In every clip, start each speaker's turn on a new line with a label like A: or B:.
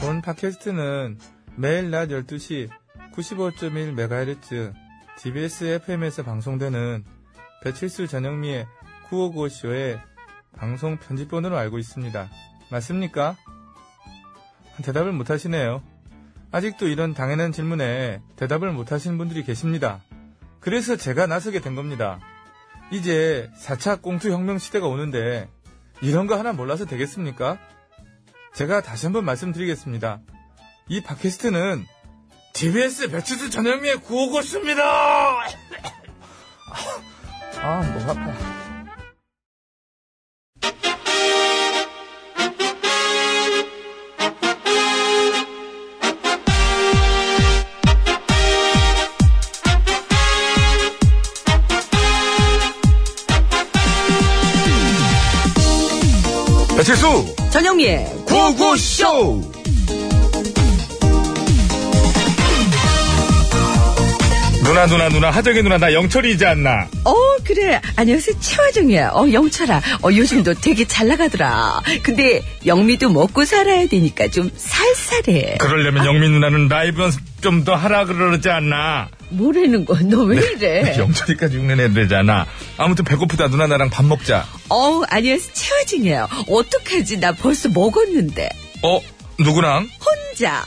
A: 본 팟캐스트는 매일 낮 12시 95.1MHz TBS FM에서 방송되는 배칠수 전영미의 9595쇼의 방송 편집본으로 알고 있습니다. 맞습니까? 대답을 못하시네요. 아직도 이런 당연한 질문에 대답을 못하시는 분들이 계십니다. 그래서 제가 나서게 된 겁니다. 이제 4차 공투혁명 시대가 오는데 이런 거 하나 몰라서 되겠습니까? 제가 다시 한번 말씀드리겠습니다. 이 팟캐스트는 TBS 배치수 전현미의 구호고수입니다! 아, 목 아파.
B: 배칠수
C: 전영미의
B: 구구쇼 누나 누나 누나 하정이 누나 나 영철이지 않나
C: 어 그래 안녕하세요 최화정이야 어 영철아 어 요즘도 되게 잘 나가더라 근데 영미도 먹고 살아야 되니까 좀 살살해
B: 그러려면 영민 누나는 라이브 연습 좀 더 하라 그러지 않나
C: 뭐라는 거야 너
B: 네,
C: 왜 이래
B: 그렇죠. 영철이까지 흉내내야 되잖아 아무튼 배고프다 누나 나랑 밥 먹자
C: 어 안녕하세요 최화정이야 어떡하지 나 벌써 먹었는데
B: 어 누구랑
C: 혼자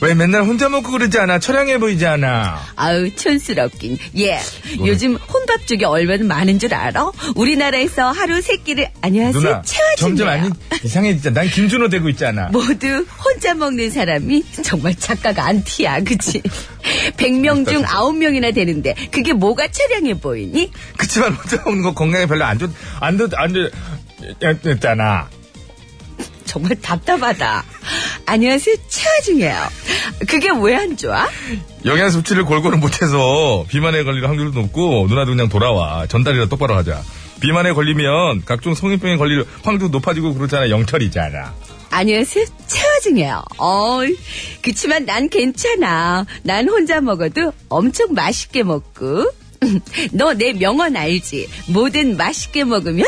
B: 왜 맨날 혼자 먹고 그러지 않아 처량해 보이지 않아
C: 아우 촌스럽긴 예 요즘 혼밥 쪽이 얼마나 많은 줄 알아 우리나라에서 하루 세 끼를 안녕하세요 뭐?
B: 누나 점점
C: 최화정이야
B: 아니 이상해지잖아 난 김준호 되고 있잖아
C: 모두 혼자 먹는 사람이 정말 작가가 안티야, 그치? 100명 중 9명이나 되는데 그게 뭐가 처량해 보이니?
B: 그치만 혼자 먹는 거 건강에 별로 안 좋, 안 좋, 안 좋, 였잖아.
C: 정말 답답하다. 안녕하세요, 최아중이에요. 그게 왜 안 좋아?
B: 영양 섭취를 골고루 못해서 비만에 걸릴 확률도 높고 누나도 그냥 돌아와 전달이라 똑바로 하자. 비만에 걸리면 각종 성인병에 걸릴 확률도 높아지고 그렇잖아 영철이잖아.
C: 안녕하세요, 최아중이에요. 어이, 그치만 난 괜찮아. 난 혼자 먹어도 엄청 맛있게 먹고. 음, 너 내 명언 알지? 뭐든 맛있게 먹으면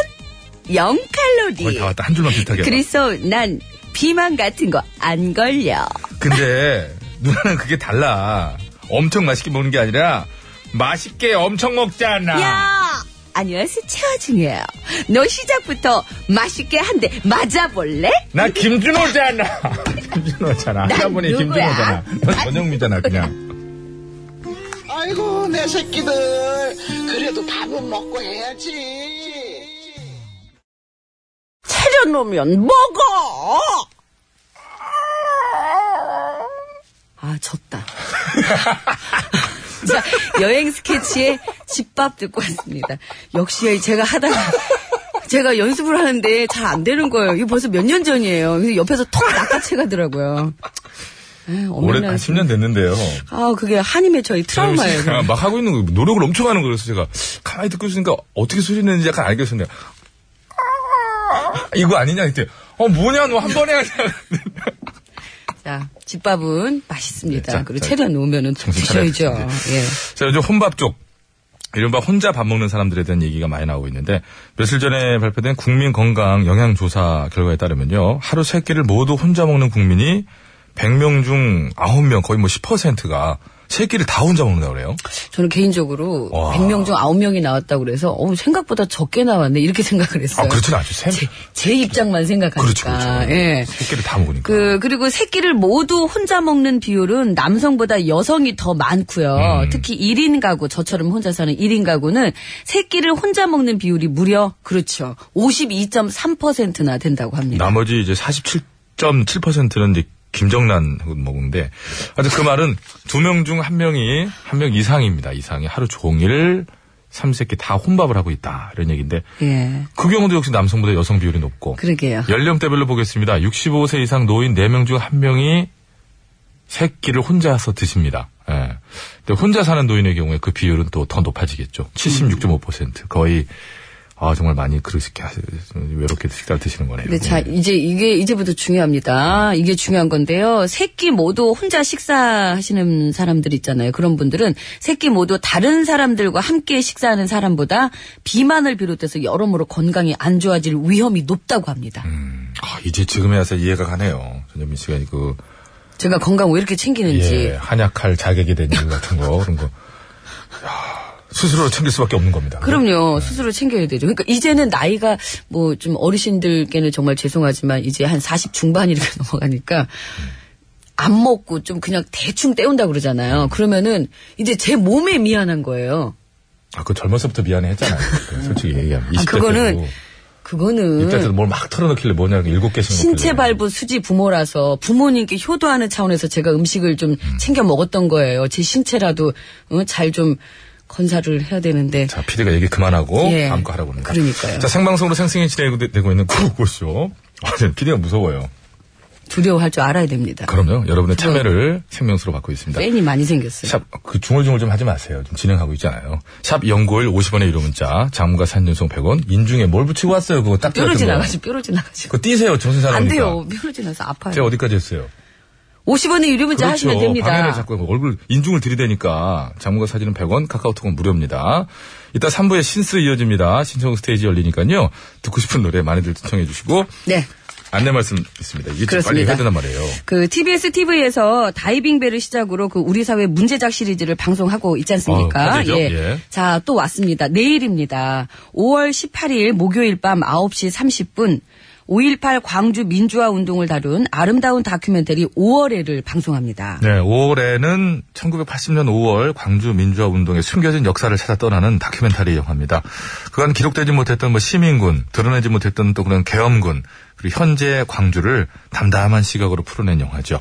C: 0칼로리.
B: 거의 다 왔다 한 줄만 비슷하게. 해봐.
C: 예. 그래서 난 비만 같은 거 안 걸려.
B: 근데 누나는 그게 달라. 엄청 맛있게 먹는 게 아니라 맛있게 엄청 먹잖아.
C: 야! 안녕하세요, 최화중이에요. 너 시작부터 맛있게 한 대 맞아볼래?
B: 나 김준호잖아. 김준호잖아.
C: 난
B: 할아버지
C: 누구야?
B: 김준호잖아. 넌 전영미잖아 그냥.
D: 아이고 내 새끼들 그래도 밥은 먹고 해야지
C: 차려놓으면 먹어! 아, 졌다. 자, 여행 스케치에 집밥 듣고 왔습니다. 역시 제가 하다가, 제가 연습을 하는데 잘 안 되는 거예요. 이거 벌써 몇 년 전이에요. 그래서 옆에서 턱 낚아채가더라고요. 에이,
B: 올해 한
C: 엄밀한
B: 10년 됐는데요.
C: 아, 그게 한임의 저희 트라우마예요.
B: 제가 막 하고 있는 거, 노력을 엄청 하는 거라서 제가 가만히 듣고 있으니까 어떻게 소리 내는지 약간 알겠었네요. 이거 아니냐 이때 어 뭐냐 너 한 번에 하냐
C: 자, 집밥은 맛있습니다.
B: 네, 자,
C: 그리고
B: 자,
C: 체려 놓으면은 드셔야죠.
B: 차려야
C: 예.
B: 자 요즘 혼밥 쪽 이른바 혼자 밥 먹는 사람들에 대한 얘기가 많이 나오고 있는데 며칠 전에 발표된 국민 건강 영양 조사 결과에 따르면요 하루 세 끼를 모두 혼자 먹는 국민이 100명 중 9명 거의 뭐 10%가 세 끼를 다 혼자 먹는다 그래요.
C: 저는 개인적으로
B: 와.
C: 100명 중 9명이 나왔다고 그래서 어우, 생각보다 적게 나왔네. 이렇게 생각을 했어요.
B: 아 그렇지는 않죠. 세
C: 제, 제 입장만 생각하니까.
B: 그렇죠 그렇죠.
C: 예.
B: 세 끼를 다 먹으니까.
C: 그 그리고 새끼를 모두 혼자 먹는 비율은 남성보다 여성이 더 많고요.
B: 음.
C: 특히 1인 가구 저처럼 혼자 사는 1인 가구는 새끼를 혼자 먹는 비율이 무려 그렇죠. 52.3%나 된다고 합니다.
B: 나머지 이제 47.7%는 이제 김정란 먹는데, 아주 그 말은 두 명 중 한 명이, 한 명 이상입니다. 이상이 하루 종일 삼세끼 다 혼밥을 하고 있다. 이런 얘기인데,
C: 예.
B: 그 경우도 역시 남성보다 여성 비율이 높고,
C: 그러게요.
B: 연령대별로 보겠습니다. 65세 이상 노인 4명 중 한명이 새끼를 혼자서 드십니다. 예. 근데 혼자 사는 노인의 경우에 그 비율은 또 더 높아지겠죠. 76.5%. 거의, 아, 정말 많이 그렇게 하- 외롭게 식사를 드시는 거네요.
C: 근데 자,
B: 예.
C: 이제 이게 이제부터 중요합니다. 이게 중요한 건데요. 새끼 모두 혼자 식사하시는 사람들 있잖아요. 그런 분들은 새끼 모두 다른 사람들과 함께 식사하는 사람보다 비만을 비롯해서 여러모로 건강이 안 좋아질 위험이 높다고 합니다.
B: 아, 이제 지금에 와서 이해가 가네요. 전현민 씨가 그
C: 제가 건강 왜 이렇게 챙기는지.
B: 예, 한약할 자격이 된 일 같은 거 그런 거 야, 스스로 챙길 수밖에 없는 겁니다.
C: 그럼요. 스스로 챙겨야 되죠. 그러니까 이제는 나이가 뭐 좀 어르신들께는 정말 죄송하지만 이제 한 40 중반 이렇게 넘어가니까 안 먹고 좀 그냥 대충 때운다 그러잖아요. 그러면은 이제 제 몸에 미안한 거예요.
B: 아, 그 젊어서부터 미안해했잖아요. 그 솔직히 얘기하면 20대
C: 아, 그거는
B: 때도 이때 때도
C: 그거는
B: 뭘 막 털어놓길래 뭐냐 일곱 개씩
C: 신체
B: 먹길래.
C: 발부 수지 부모라서 부모님께 효도하는 차원에서 제가 음식을 좀 챙겨 먹었던 거예요. 제 신체라도 어, 잘 좀 건사를 해야 되는데
B: 자, 피디가 얘기 그만하고
C: 예.
B: 다음 거 하라고 합니다.
C: 그러니까요.
B: 자, 생방송으로 생생히 진행되고 있는 구호쇼. 피디가 무서워요.
C: 두려워할 줄 알아야 됩니다.
B: 그럼요. 여러분의 참여를 생명수로 받고 있습니다.
C: 팬이 많이 생겼어요.
B: 샵, 그 중얼중얼 좀 하지 마세요. 좀 진행하고 있잖아요. 샵 연고일 50원의 유료 문자, 장문과 산연송 100원, 인중에 뭘 붙이고 왔어요. 그거 딱지
C: 뾰루
B: 같은 거.
C: 지나가지, 뾰루 지나가지.
B: 그거 띄세요. 정신사람.
C: 안 돼요.
B: 그러니까.
C: 뾰루 지나서 아파요.
B: 제가 어디까지 했어요?
C: 50원의 유료 문자 하시면 됩니다.
B: 그렇죠. 방해를 자꾸 하고 얼굴 인중을 들이대니까 장문과 사진은 100원, 카카오톡은 무료입니다. 이따 3부에 신스 이어집니다. 신청 스테이지 열리니까요. 듣고 싶은 노래 많이들 신청해 주시고
C: 네.
B: 안내 말씀 있습니다. 이게 좀 빨리
C: 그렇습니다.
B: 해야 된단 말이에요.
C: 그 TBS TV에서 다이빙벨을 시작으로 그 우리 사회 문제작 시리즈를 방송하고
B: 어,
C: 있지 않습니까?
B: 화제죠? 예.
C: 자, 또 왔습니다. 내일입니다. 5월 18일 목요일 밤 9시 30분 5.18 광주 민주화 운동을 다룬 아름다운 다큐멘터리 5월에를 방송합니다.
B: 네, 5월에는 1980년 5월 광주 민주화 운동의 숨겨진 역사를 찾아 떠나는 다큐멘터리 영화입니다. 그간 기록되지 못했던 뭐 시민군, 드러내지 못했던 또 그런 계엄군, 그리고 현재 광주를 담담한 시각으로 풀어낸 영화죠.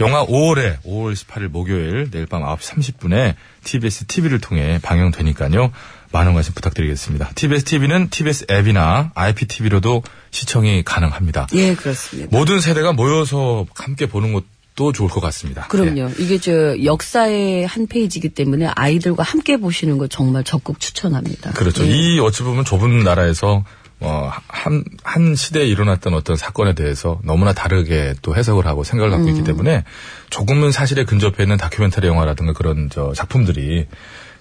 B: 영화 5월에 5월 18일 목요일 내일 밤 9시 30분에 TBS TV를 통해 방영되니까요. 많은 관심 부탁드리겠습니다. TBS TV는 TBS 앱이나 IPTV로도 시청이 가능합니다.
C: 예, 그렇습니다.
B: 모든 세대가 모여서 함께 보는 것도 좋을 것 같습니다. 예.
C: 그럼요. 이게 저 역사의 한 페이지이기 때문에 아이들과 함께 보시는 거 정말 적극 추천합니다.
B: 그렇죠.
C: 예.
B: 이 어찌 보면 좁은 나라에서 어, 한, 한 시대에 일어났던 어떤 사건에 대해서 너무나 다르게 또 해석을 하고 생각을 갖고
C: 음.
B: 있기 때문에 조금은 사실에 근접해 있는 다큐멘터리 영화라든가 그런 저 작품들이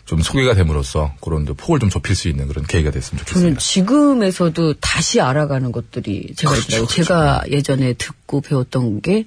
B: 좀 소개가 됨으로써 그런 저 폭을 좀 좁힐 수 있는 그런 계기가 됐으면
C: 저는
B: 좋겠습니다.
C: 지금에서도 다시 알아가는 것들이 제가
B: 그렇죠,
C: 있더라고요.
B: 그렇죠.
C: 제가 예전에 듣고 배웠던 게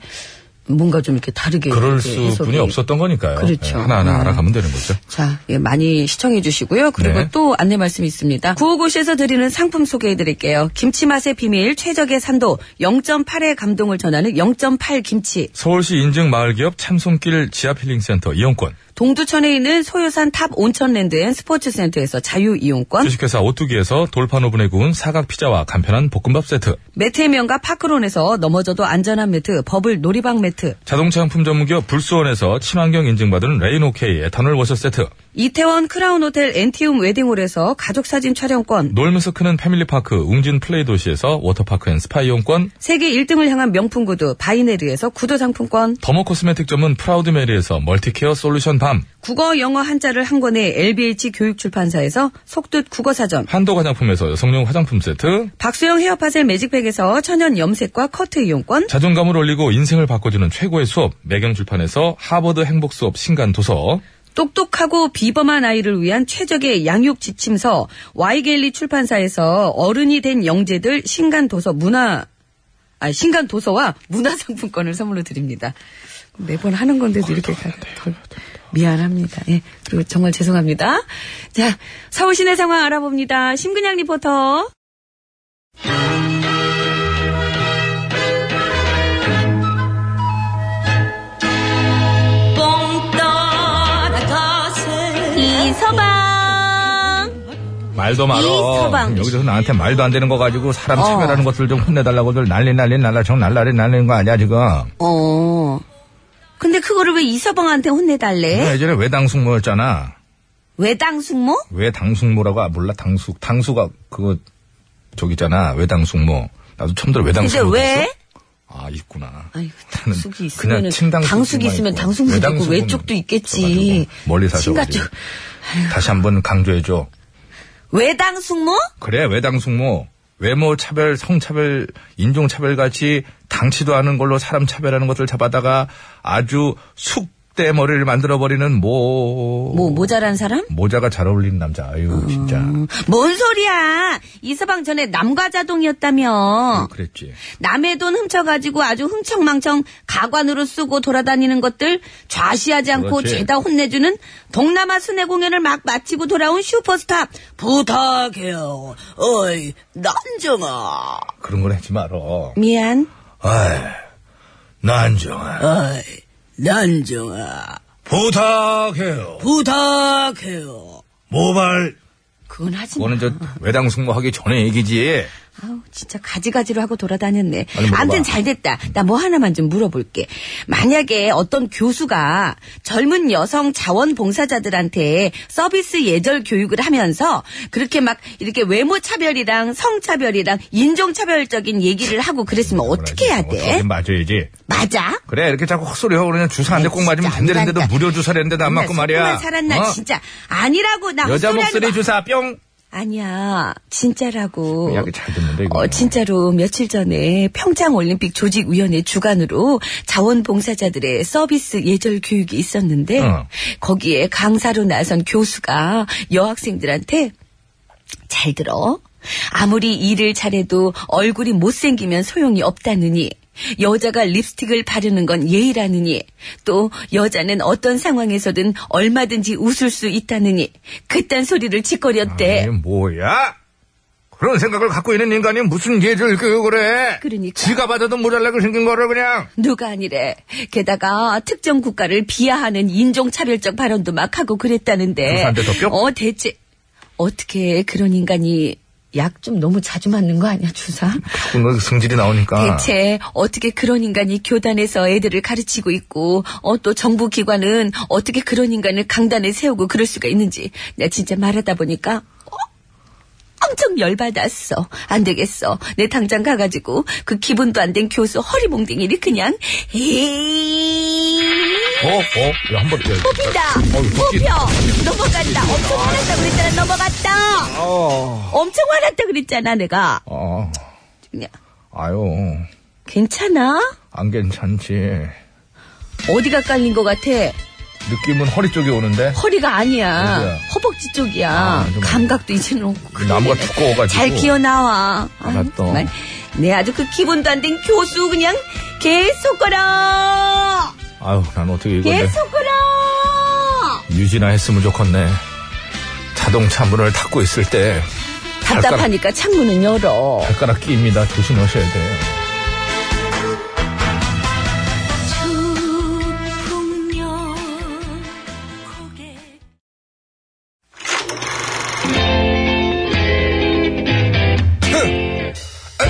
C: 뭔가 좀 이렇게 다르게
B: 그럴
C: 이렇게
B: 수뿐이
C: 예, 해석이-
B: 없었던 거니까요.
C: 그렇죠.
B: 예, 하나하나
C: 음.
B: 알아가면 되는 거죠.
C: 자, 예, 많이 시청해 주시고요. 그리고
B: 네.
C: 또 안내 말씀이 있습니다. 구호고시에서 드리는 상품 소개해 드릴게요. 김치 맛의 비밀 최적의 산도 0.8의 감동을 전하는 0.8 김치.
B: 서울시 인증 마을기업 참손길 지하필링센터 이용권,
C: 동두천에 있는 소유산 탑 온천랜드 앤 스포츠센터에서 자유 이용권.
B: 주식회사 오뚜기에서 돌판 오븐에 구운 사각 피자와 간편한 볶음밥 세트,
C: 매트의 명가 파크론에서 넘어져도 안전한 매트, 버블 놀이방 매트.
B: 자동차 용품 전문기업 불수원에서 친환경 인증받은 레인오케이 에탄올 워셔 세트
C: 이태원 크라운 호텔 엔티움 웨딩홀에서 가족 사진 촬영권,
B: 놀면서 크는 패밀리파크 웅진 플레이 도시에서 워터파크 앤 스파 이용권
C: 세계 1등을 향한 명품 구두 바이네르에서 구두 상품권,
B: 더모 코스메틱점은 프라우드메리에서 멀티케어 솔루션 밤
C: 국어 영어 한자를 한 권에 LBH 교육 출판사에서 속뜻 국어 사전,
B: 한도 화장품에서 여성용 화장품 세트
C: 박수영 헤어파셀 매직팩에서 천연 염색과 커트 이용권,
B: 자존감을 올리고 인생을 바꿔주는 최고의 수업 매경출판에서 하버드 행복수업 신간 도서
C: 똑똑하고 비범한 아이를 위한 최적의 양육 지침서 와이겔리 출판사에서 어른이 된 영재들 신간 도서 문화 아 신간 도서와 문화 상품권을 선물로 드립니다. 매번 하는 건데도 이렇게 가- 덜- 미안합니다. 예. 그리고 정말 죄송합니다. 자, 서울 시내 상황 알아봅니다. 심근양 리포터. 이서방.
B: 말도
C: 이 서방.
B: 여기서 나한테 말도 안 되는 거 가지고 사람
C: 어.
B: 차별하는 것들 좀 혼내달라고들 난리 난리 날라 정 날라리 날리는 거 아니야 지금
C: 어. 근데 그거를 왜 이서방한테 혼내달래?
B: 예전에 외당숙모였잖아
C: 왜 땅숙모?
B: 왜 당숙모라고 아, 몰라 당숙 당수가 그거 저기 있잖아 왜 당숙모 나도 처음 들어 왜
C: 근데
B: 당숙모
C: 왜?
B: 있어? 아 있구나
C: 아이고,
B: 나는
C: 당숙이
B: 그냥
C: 있으면
B: 칭당숙만
C: 당숙이 있으면
B: 있고,
C: 당숙도 있고
B: 외당숙은
C: 외쪽도 있겠지.
B: 있어가지고 뭐 멀리 사서
C: 친가
B: 그러지.
C: 쪽.
B: 다시 한번 강조해줘
C: 외당숙모?
B: 그래 왜 당숙모 외모 차별 성차별 인종차별 같이 당치도 않은 걸로 사람 차별하는 것을 잡아다가 아주 숙 떼머리를 만들어버리는 모.
C: 뭐 모자란 음. 사람? 어.
B: 모자가 잘 어울리는 남자. 아유, 진짜.
C: 뭔 소리야? 이 서방 전에
B: 음.
C: 남과자동이었다며.
B: 그랬지.
C: 남의 돈 훔쳐가지고 아주 흥청망청 가관으로 쓰고 돌아다니는 것들 좌시하지 않고
B: 그렇지.
C: 죄다 혼내주는 동남아 순회 공연을 막 마치고 돌아온 슈퍼스타 부탁해요. 어이 난정아.
B: 그런 걸 하지 말어.
C: 미안.
B: 아이, 난정아.
C: 어이 난정아.
B: 부탁해요.
C: 부탁해요.
B: 모발.
C: 그건 하지 마.
B: 그거는 저 외당 승모하기 전에 얘기지.
C: 아우 진짜 가지가지로 하고 돌아다녔네.
B: 아니, 물어봐.
C: 암튼 잘 됐다. 나 뭐 하나만 좀 물어볼게. 만약에 어떤 교수가 젊은 여성 자원봉사자들한테 서비스 예절 교육을 하면서 그렇게 막 이렇게 외모 차별이랑 성 차별이랑 인종 차별적인 얘기를 하고 그랬으면 음, 어떻게 해야 돼?
B: 긴뭐 맞아야지.
C: 맞아?
B: 그래, 이렇게 자꾸 헛소리하고 그냥 주사 한 대 꼭
C: 진짜
B: 맞으면
C: 안
B: 된다는데도
C: 간다.
B: 무료 주사를 했는데도 안
C: 맨날
B: 맞고 말이야.
C: 속고만 살았나
B: 어?
C: 진짜 아니라고 나
B: 여자
C: 헛소리하지 마.
B: 목소리 주사 뿅.
C: 아니야, 진짜라고.
B: 그 이야기 잘 듣는데, 이거.
C: 어, 진짜로 며칠 전에 평창올림픽 조직위원회 주관으로 자원봉사자들의 서비스 예절 교육이 있었는데,
B: 어.
C: 거기에 강사로 나선 교수가 여학생들한테 잘 들어. 아무리 일을 잘해도 얼굴이 못생기면 소용이 없다느니, 여자가 립스틱을 바르는 건 예의라느니, 또 여자는 어떤 상황에서든 얼마든지 웃을 수 있다느니, 그딴 소리를 짓거렸대.
B: 아니, 뭐야? 그런 생각을 갖고 있는 인간이 무슨 예절 교육을 해?
C: 그러니까.
B: 지가 받아도 모자라게 생긴 거를 그냥.
C: 누가 아니래. 게다가 특정 국가를 비하하는 인종차별적 발언도 막 하고 그랬다는데.
B: 그래서 안 돼서 뿅?
C: 어, 대체, 어떻게 그런 인간이 약 좀 너무 자주 맞는 거 아니야, 주사?
B: 자꾸 너 성질이 나오니까.
C: 대체 어떻게 그런 인간이 교단에서 애들을 가르치고 있고 어, 또 정부 기관은 어떻게 그런 인간을 강단에 세우고 그럴 수가 있는지 나 진짜 말하다 보니까 어, 엄청 열받았어. 안 되겠어. 내 당장 가가지고 그 기분도 안 된 교수 허리몽댕이를 그냥 에이
B: 어, 어, 야, 한 번. 야,
C: 뽑힌다.
B: 어우, 뽑힌-
C: 뽑혀. 넘어간다. 엄청 화났다 그랬잖아. 넘어갔다.
B: 어,
C: 엄청 화났다 그랬잖아 내가.
B: 어,
C: 그냥
B: 아유,
C: 괜찮아?
B: 안 괜찮지.
C: 어디가 깔린 것 같아?
B: 느낌은 허리 쪽에 오는데.
C: 허리가 아니야.
B: 어디야?
C: 허벅지 쪽이야.
B: 아, 좀-
C: 감각도 이제는 없고.
B: 그 나무가
C: 그러네.
B: 두꺼워가지고.
C: 잘 기어 나와. 음,
B: 알았어.
C: 내 아주 그 기본도 안 된 교수 그냥 계속 걸어.
B: 아유, 난 어떻게 이걸 내-
C: 계속 걸어.
B: 유지나 했으면 좋겠네. 자동차 문을 닫고 있을 때
C: 답답하니까 창문은 열어.
B: 발가락 끼입니다. 조심하셔야 돼요.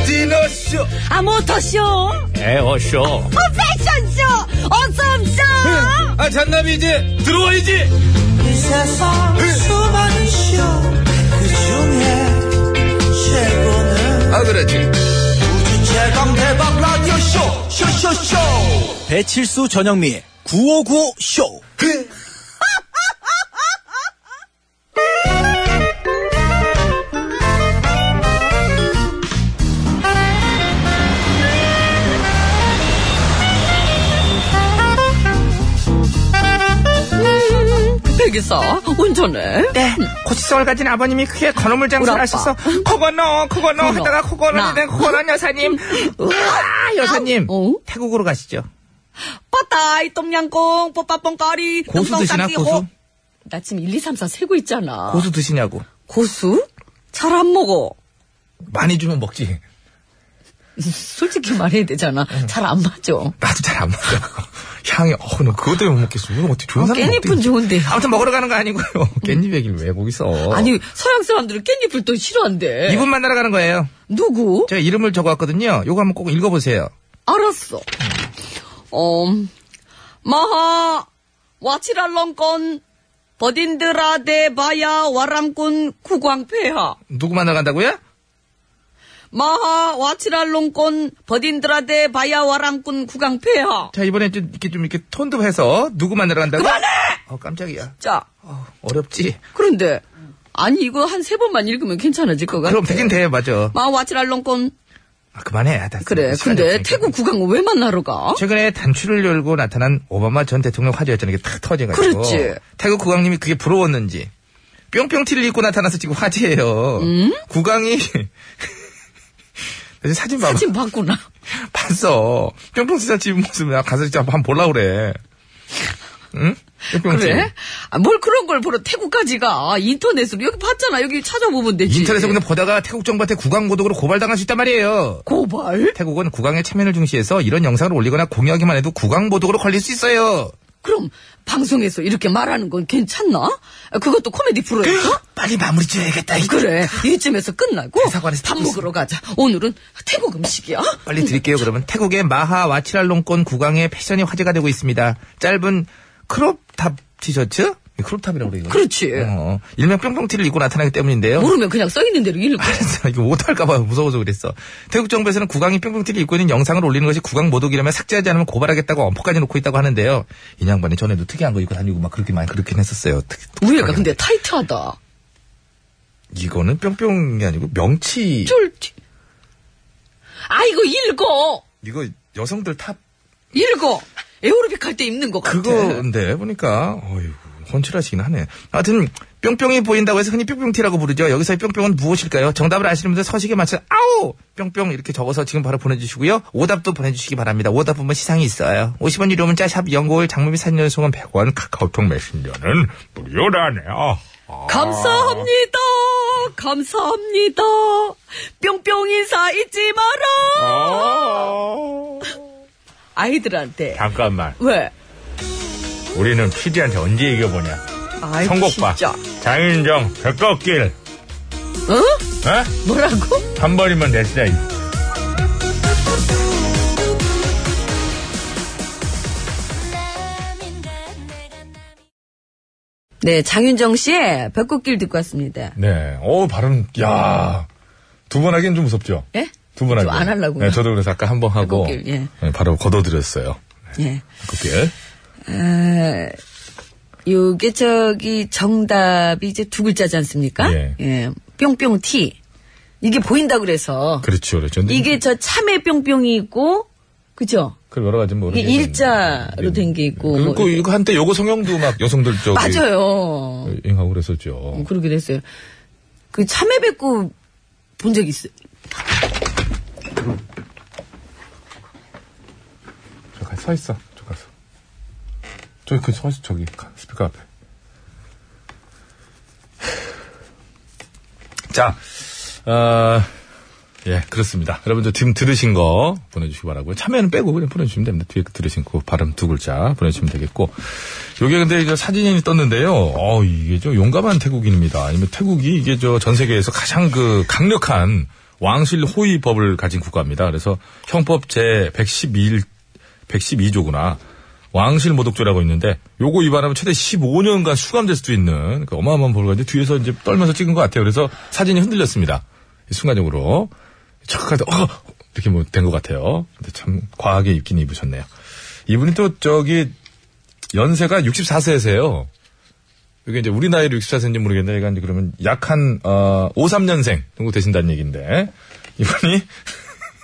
B: 디너쇼
C: 아 모터쇼, 어,
B: 에어쇼
C: 패션쇼, 어썸쇼.
B: 아 잔남이 이제 들어와야지
E: 이 세상 수많은 쇼그 중에 최고는
B: 아 그렇지
E: 우주 최강 대박 라디오 쇼 쇼쇼쇼 배칠수 전영미의 9595 쇼.
B: 네.
C: 백이사 운전해.
F: 네, 고시서울 가진 아버님이 크게 건어물 장사를
C: 우리 아빠.
F: 하셔서 코건어 코건어
C: 코건어.
F: 하다가 코건어
C: 나.
F: 된 코건어 여사님 으아 여사님
C: 음. 어?
F: 태국으로 가시죠
C: 빠따이 똠양꿍 뽀빠뽕까리
F: 고수 드시나,
C: 똥똥깍지,
F: 고수?
C: 호. 나 지금 1, 2, 3, 4 세고 있잖아
F: 고수 드시냐고
C: 잘 안 먹어
B: 많이 주면 먹지
C: 솔직히 말해야 되잖아
F: 음.
C: 잘 안 맞아
B: 나도 잘 안 먹어 향이 어우 나 그것 때문에 못 먹겠어 이건 어떻게 좋은 사람
C: 깻잎은 좋은데
F: 아무튼 먹으러 가는 거 아니고요
B: 깻잎 얘기를 왜 거기 서
C: 아니 서양 사람들은 깻잎을 또 싫어한대
F: 이분 만나러 가는 거예요
C: 누구?
F: 제가 이름을 적어왔거든요 요거 한번 꼭 읽어보세요
C: 알았어 어 마하 와치랄런건 버딘드라데 바야 와람꾼 구광폐하
F: 누구 만나러 간다고요?
C: 마하 와치랄롱권 버딘드라데 바야 와람꾼 구강폐하
F: 자 이번에 좀 이렇게 좀 이렇게 톤도 해서 누구 만나러 간다고? 그만해! 어 깜짝이야
C: 자
F: 어, 어렵지
C: 그런데 아니 이거 한 세 번만 읽으면 괜찮아질 것 같아
F: 그럼 되긴 돼 맞아
C: 마하 와치랄롱권
F: 아, 그만해. 다
C: 그래.
F: 시간이
C: 근데
F: 없으니까.
C: 태국 국왕 왜 만나러 가?
F: 최근에 단추를 열고 나타난 오바마 전 대통령 화제였잖아요. 이게 탁 터져가지고.
C: 그렇지.
F: 태국 국왕님이 그게 부러웠는지. 뿅뿅 티를 입고 나타나서 지금 화제예요.
C: 음?
F: 국왕이. 나 지금 사진 봐봐.
C: 사진 봤구나.
F: 봤어. 뿅뿅 티셔츠 입은 모습 나 가서 진짜 한번 보려고 그래. 응? 뿅뿅 티.
C: 그래? 아, 뭘 그런 걸 보러 태국까지 가. 아, 인터넷으로. 여기 봤잖아. 여기 찾아보면 되지.
F: 인터넷에 그냥 보다가 태국 정부한테 국왕 고독으로 고발당할 수 있단 말이에요.
C: 고발?
F: 태국은 국왕의 체면을 중시해서 이런 영상을 올리거나 공유하기만 해도 국왕 보독으로 걸릴 수 있어요.
C: 그럼 방송에서 이렇게 말하는 건 괜찮나? 아, 그것도 코미디 프로였어?
F: 빨리 마무리 지어야겠다. 이
C: 아, 그래. 이쯤에서 끝나고
F: 대사관에서
C: 밥
F: 듣고 있어.
C: 먹으러 가자. 오늘은 태국 음식이야.
F: 빨리 드릴게요. 그러면 태국의 마하 와치랄롱권 국왕의 패션이 화제가 되고 있습니다. 짧은 크롭탑 티셔츠? 이 크롭탑이라고 그래요. 이거.
C: 그렇지.
F: 어, 일명 뿅뿅티를 입고 나타나기 때문인데요.
C: 모르면 그냥 써 있는 대로 읽고.
F: 알았어. 이거 못할까봐 무서워서 그랬어. 태국 정부에서는 국왕이 뿅뿅티를 입고 있는 영상을 올리는 것이 국왕 모독이라며 삭제하지 않으면 고발하겠다고 엄포까지 놓고 있다고 하는데요. 이 양반이 전에도 특이한 거 입고 다니고 막 그렇게 많이 그렇긴 했었어요. 특-
C: 우리가 근데 타이트하다.
F: 이거는 뿅뿅이 아니고 명치.
C: 쫄. 아 이거 읽어.
F: 이거 여성들 탑
C: 읽어. 에어로빅 할 때 입는 거 같아.
F: 그거인데 보니까 어휴 헌칠하시긴 하네. 하여튼 뿅뿅이 보인다고 해서 흔히 뿅뿅티라고 부르죠. 여기서의 뿅뿅은 무엇일까요? 정답을 아시는 분들 서식에 맞춰 아우 뿅뿅 이렇게 적어서 지금 바로 보내주시고요. 오답도 보내주시기 바랍니다. 오답 보면 시상이 있어요. 50원 유료 문자 샵 연고일 장무비 사진 연속은 100원 카카오톡 메신저는 무료라네요.
C: 감사합니다. 감사합니다. 뿅뿅 인사 잊지 마라. 어. 아이들한테.
B: 잠깐만.
C: 왜?
B: 우리는 피디한테 언제 이겨보냐.
C: 아이,
B: 선곡봐.
C: 진짜.
B: 장윤정, 백꺾길.
C: 어?
B: 어?
C: 뭐라고?
B: 한 번이면 됐다. 이.
C: 네, 장윤정 씨의 벽꽃길 듣고 왔습니다.
B: 네. 어 발음, 야 두 번 하긴 좀 무섭죠?
C: 예?
B: 두 번 하긴.
C: 저안 하려고요.
B: 네, 저도 그래서 아까 한 번 하고.
C: 꺾일, 예.
B: 네, 바로 걷어드렸어요.
C: 예.
B: 꺾길.
C: 아, 요게 저기 정답이 이제 두 글자지 않습니까?
B: 예.
C: 뿅뿅 티. 이게 보인다 그래서.
B: 그렇죠, 그렇죠. 근데
C: 이게 저 참외 뿅뿅이 있고, 그죠?
B: 그 여러 가지 뭐
C: 이게
B: 이런 게
C: 일자로
B: 있는데.
C: 된게 있고
B: 그리고
C: 뭐
B: 이거 한때 요거 성형도 막 여성들 저기
C: 맞아요. 예.
B: 하고 그랬었죠.
C: 그러긴 했어요. 그 참외 뱉고 본 적 있어요.
B: 저 가서 서 있어. 저 가서. 저기 그서 있어. 저기 가- 스피커 앞에. 자, 어, 예, 그렇습니다. 여러분, 저 지금 들으신 거 보내주시기 바라고요. 참여는 빼고 그냥 보내주시면 됩니다. 뒤에 들으신 그 발음 두 글자 보내주시면 되겠고. 요게 근데 이제 사진이 떴는데요. 어, 이게 저 용감한 태국인입니다. 아니면 태국이 이게 저 전 세계에서 가장 그 강력한 왕실 호위법을 가진 국가입니다. 그래서 형법 제 111, 112조구나. 왕실 모독죄라고 있는데 요거 위반하면 최대 15년간 수감될 수도 있는 그 어마어마한 벌을 가지고 뒤에서 이제 떨면서 찍은 것 같아요. 그래서 사진이 흔들렸습니다. 순간적으로 착각하다 어! 이렇게 뭐 된 것 같아요. 근데 참 과하게 입긴 입으셨네요. 이분이 또 저기 연세가 64세세요. 이게 이제 우리 나이로 64세인지 모르겠는데, 얘가 이제 그러면 약한, 어, 53년생 정도 되신다는 얘기인데, 이분이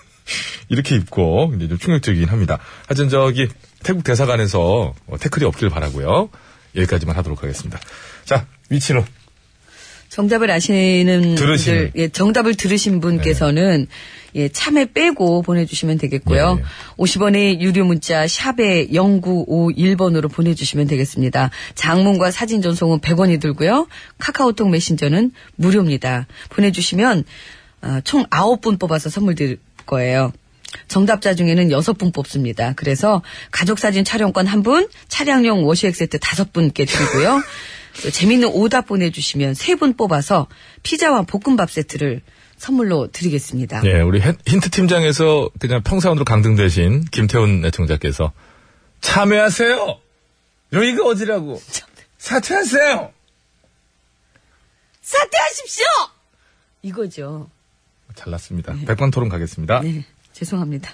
B: 이렇게 입고, 이제 좀 충격적이긴 합니다. 하여튼 저기, 태국 대사관에서 어, 태클이 없길 바라고요 여기까지만 하도록 하겠습니다. 자, 위치로.
C: 정답을 아시는
B: 들으시는. 네.
C: 분들, 예, 정답을 들으신 분께서는 예, 참에 빼고 보내주시면 되겠고요.
B: 예, 예.
C: 50원의 유료 문자 샵에 0951번으로 보내주시면 되겠습니다. 장문과 사진 전송은 100원이 들고요. 카카오톡 메신저는 무료입니다. 보내주시면 아, 총 9분 뽑아서 선물 드릴 거예요. 정답자 중에는 6분 뽑습니다. 그래서 가족사진 촬영권 1분, 차량용 워시액 세트 5분께 드리고요. 또 재밌는 오답 보내주시면 3분 뽑아서 피자와 볶음밥 세트를 선물로 드리겠습니다.
B: 예, 우리 힌- 힌트 팀장에서 그냥 평사원으로 강등되신 김태훈 애청자께서 참여하세요! 여기가 어디라고! 사퇴하세요!
C: 사퇴하십시오! 이거죠.
B: 잘났습니다. 백반 토론
G: 아,
B: 가겠습니다.
C: 네, 죄송합니다.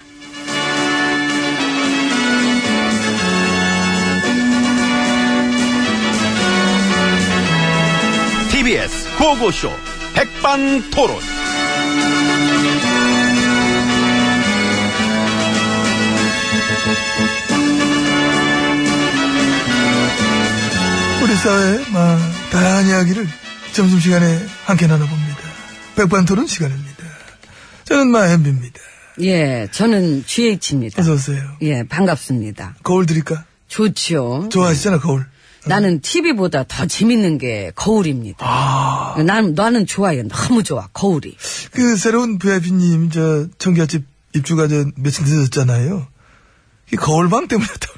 E: TBS 고고쇼 백반토론.
G: 우리 사회의 막 다양한 이야기를 점심시간에 함께 나눠봅니다. 백반토론 시간입니다. 저는 마엠비입니다.
C: 예, 저는 GH입니다.
G: 어서오세요.
C: 예, 반갑습니다.
G: 거울 드릴까?
C: 좋죠.
G: 좋아하시잖아, 거울.
C: 나는 TV보다 더 재밌는 게 거울입니다.
G: 아.
C: 난, 나는 좋아요. 너무 좋아, 거울이.
G: 그 새로운 VIP님, 저, 청계집 입주가 저 며칠 늦었잖아요. 이 거울방 때문이었다고.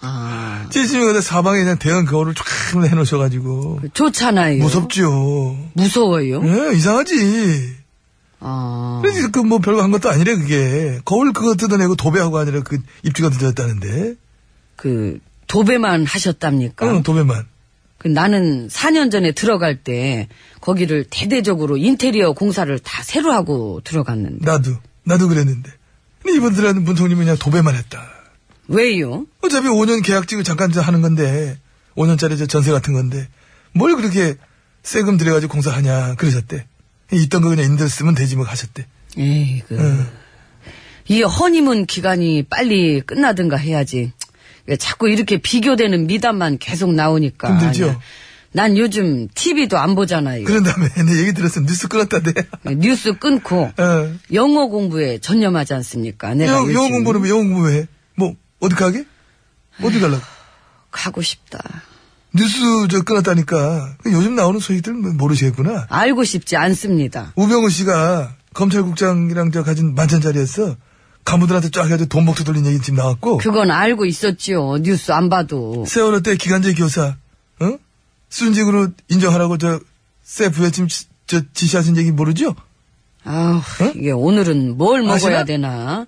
C: 아,
G: 찌심이 그다 사방에 그냥 대형 거울을 쫙 해놓으셔가지고.
C: 좋잖아요.
G: 무섭죠.
C: 무서워요.
G: 예, 이상하지.
C: 아,
G: 그래서 그 뭐 별거 한 것도 아니래 그게 거울 그거 뜯어내고 도배하고 아니라 그 입주가 늦었다는데
C: 그, 도배만 하셨답니까?
G: 응 어, 도배만
C: 그 나는 4년 전에 들어갈 때 거기를 대대적으로 인테리어 공사를 다 새로 하고 들어갔는데
G: 나도 나도 그랬는데 근데 이번 들어는 문통님은 그냥 도배만 했다
C: 왜요?
G: 어차피 5년 계약직을 잠깐 저 하는 건데 5년짜리 저 전세 같은 건데 뭘 그렇게 세금 들여가지고 공사하냐 그러셨대 있던 거 그냥 인들 쓰면 되지 뭐 하셨대
C: 네. 에이그 이 허니문 기간이 빨리 끝나든가 해야지 왜 자꾸 이렇게 비교되는 미담만 계속 나오니까
G: 힘들죠?
C: 아니야. 난 요즘 TV도 안 보잖아요
G: 그런 다음에 내 얘기 들었으면 뉴스 끊었다대
C: 뉴스 끊고
G: 어.
C: 영어 공부에 전념하지 않습니까 내가
G: 영어,
C: 요즘
G: 영어 공부는 왜 영어 공부 왜뭐 어디 가게 어디 갈라고
C: 가고 싶다
G: 뉴스 저 끊었다니까 요즘 나오는 소식들 뭐 모르시겠구나.
C: 알고 싶지 않습니다
G: 우병우 씨가 검찰국장이랑 저 가진 만찬 자리에서 간부들한테 쫙 해가지고 돈 먹튀 돌린 얘기 지금 나왔고
C: 그건 알고 있었지요 뉴스 안 봐도
G: 세월호 때 기간제 교사 응? 순직으로 인정하라고 저새 부회침 지- 저 지시하신 얘기 모르죠?
C: 아우,
G: 응?
C: 이게 오늘은 뭘 먹어야
G: 아시나?
C: 되나?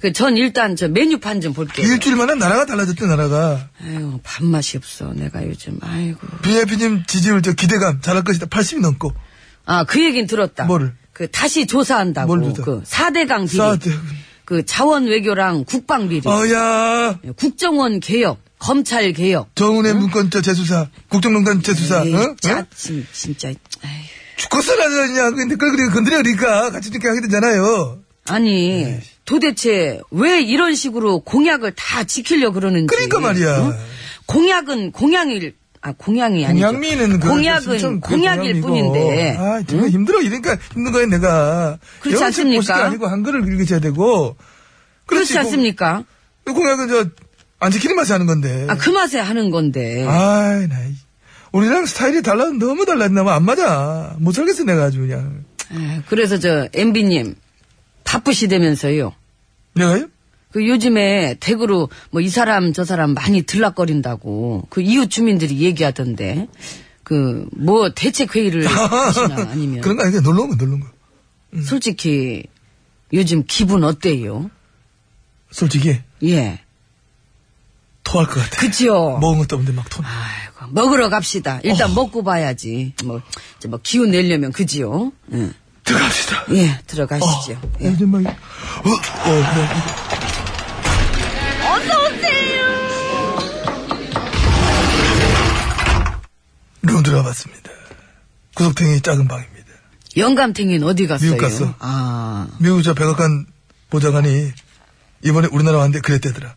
C: 그, 전 일단 저 메뉴판 좀 볼게요.
G: 일주일 만에 나라가 달라졌대 나라가
C: 아유, 밥맛이 없어. 내가 요즘, 아이고.
G: BFP님 지지율 저 기대감 잘할 것이다 80이 넘고
C: 아, 그 얘긴 들었다.
G: 뭐를?
C: 그, 다시 조사한다고.
G: 뭘 조사?
C: 그, 4대강 비리.
G: 사드
C: 그, 자원 외교랑 국방 비리.
G: 어야
C: 국정원 개혁, 검찰 개혁.
G: 정은혜 문건 저 재수사 국정농단 재수사 어?
C: 에이,
G: 응? 응?
C: 짜증, 진짜. 아휴.
G: 죽었어, 나, 그냥. 근데 그걸 그래, 건드려, 그러니까. 같이 이렇게 하게 되잖아요.
C: 아니, 도대체 왜 이런 식으로 공약을 다 지키려 그러는지.
G: 그러니까 말이야.
C: 응? 공약은 공약일, 아, 공약이 아니죠.
G: 공약미는 그,
C: 공약은 공약일 뿐인데.
G: 아, 정말 힘들어. 이러니까 힘든 거야, 내가.
C: 그렇지
G: 영어책
C: 않습니까?
G: 보실 게 아니고 한글을 읽으셔야 되고.
C: 그렇지
G: 공-
C: 않습니까?
G: 공약은 저, 안 지키는 맛이 하는 건데.
C: 아, 그 맛에 하는 건데.
G: 아이, 나, 이- 우리랑 스타일이 달라, 너무 달랐나 봐. 안 맞아. 못 살겠어, 내가 아주 그냥.
C: 아, 그래서 저, MB님, 바쁘시다면서요.
G: 내가요?
C: 그 요즘에 댁으로 뭐 이 사람 저 사람 많이 들락거린다고 그 이웃 주민들이 얘기하던데. 그 뭐 대책 회의를 하시나 아니면
G: 그런 거 아니야. 놀러 온 거, 놀러 온 거.
C: 솔직히 요즘 기분 어때요?
G: 솔직히,
C: 예.
G: 토할 것 같아.
C: 그죠?
G: 먹은 것도 없는데 막 토.
C: 아이고, 먹으러 갑시다. 일단 먹고 봐야지. 뭐, 이제 뭐 기운 내려면 그지요? 예,
G: 들어갑시다.
C: 예, 들어가시죠. 예.
G: 요즘 아, 막, 어, 어, 나 이거. 룸 들어봤습니다. 구석탱이 작은 방입니다.
C: 영감탱이는 어디 갔어요?
G: 미국 갔어.
C: 아,
G: 미국 저 백악관 보좌관이 이번에 우리나라 왔는데 그랬대더라.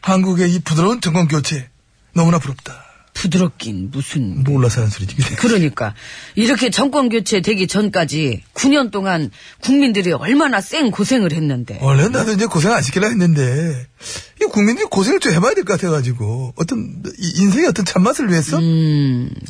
G: 한국의 이 부드러운 정권 교체 너무나 부럽다.
C: 부드럽긴 무슨.
G: 몰라서 하는 소리지. 그게.
C: 그러니까 이렇게 정권 교체 되기 전까지 9년 동안 국민들이 얼마나 쌩 고생을 했는데
G: 원래 나도 이제 고생 안 시키려 했는데 이 국민들이 고생을 좀 해봐야 될 것 같아가지고 어떤 이 인생의 어떤 참맛을 위해서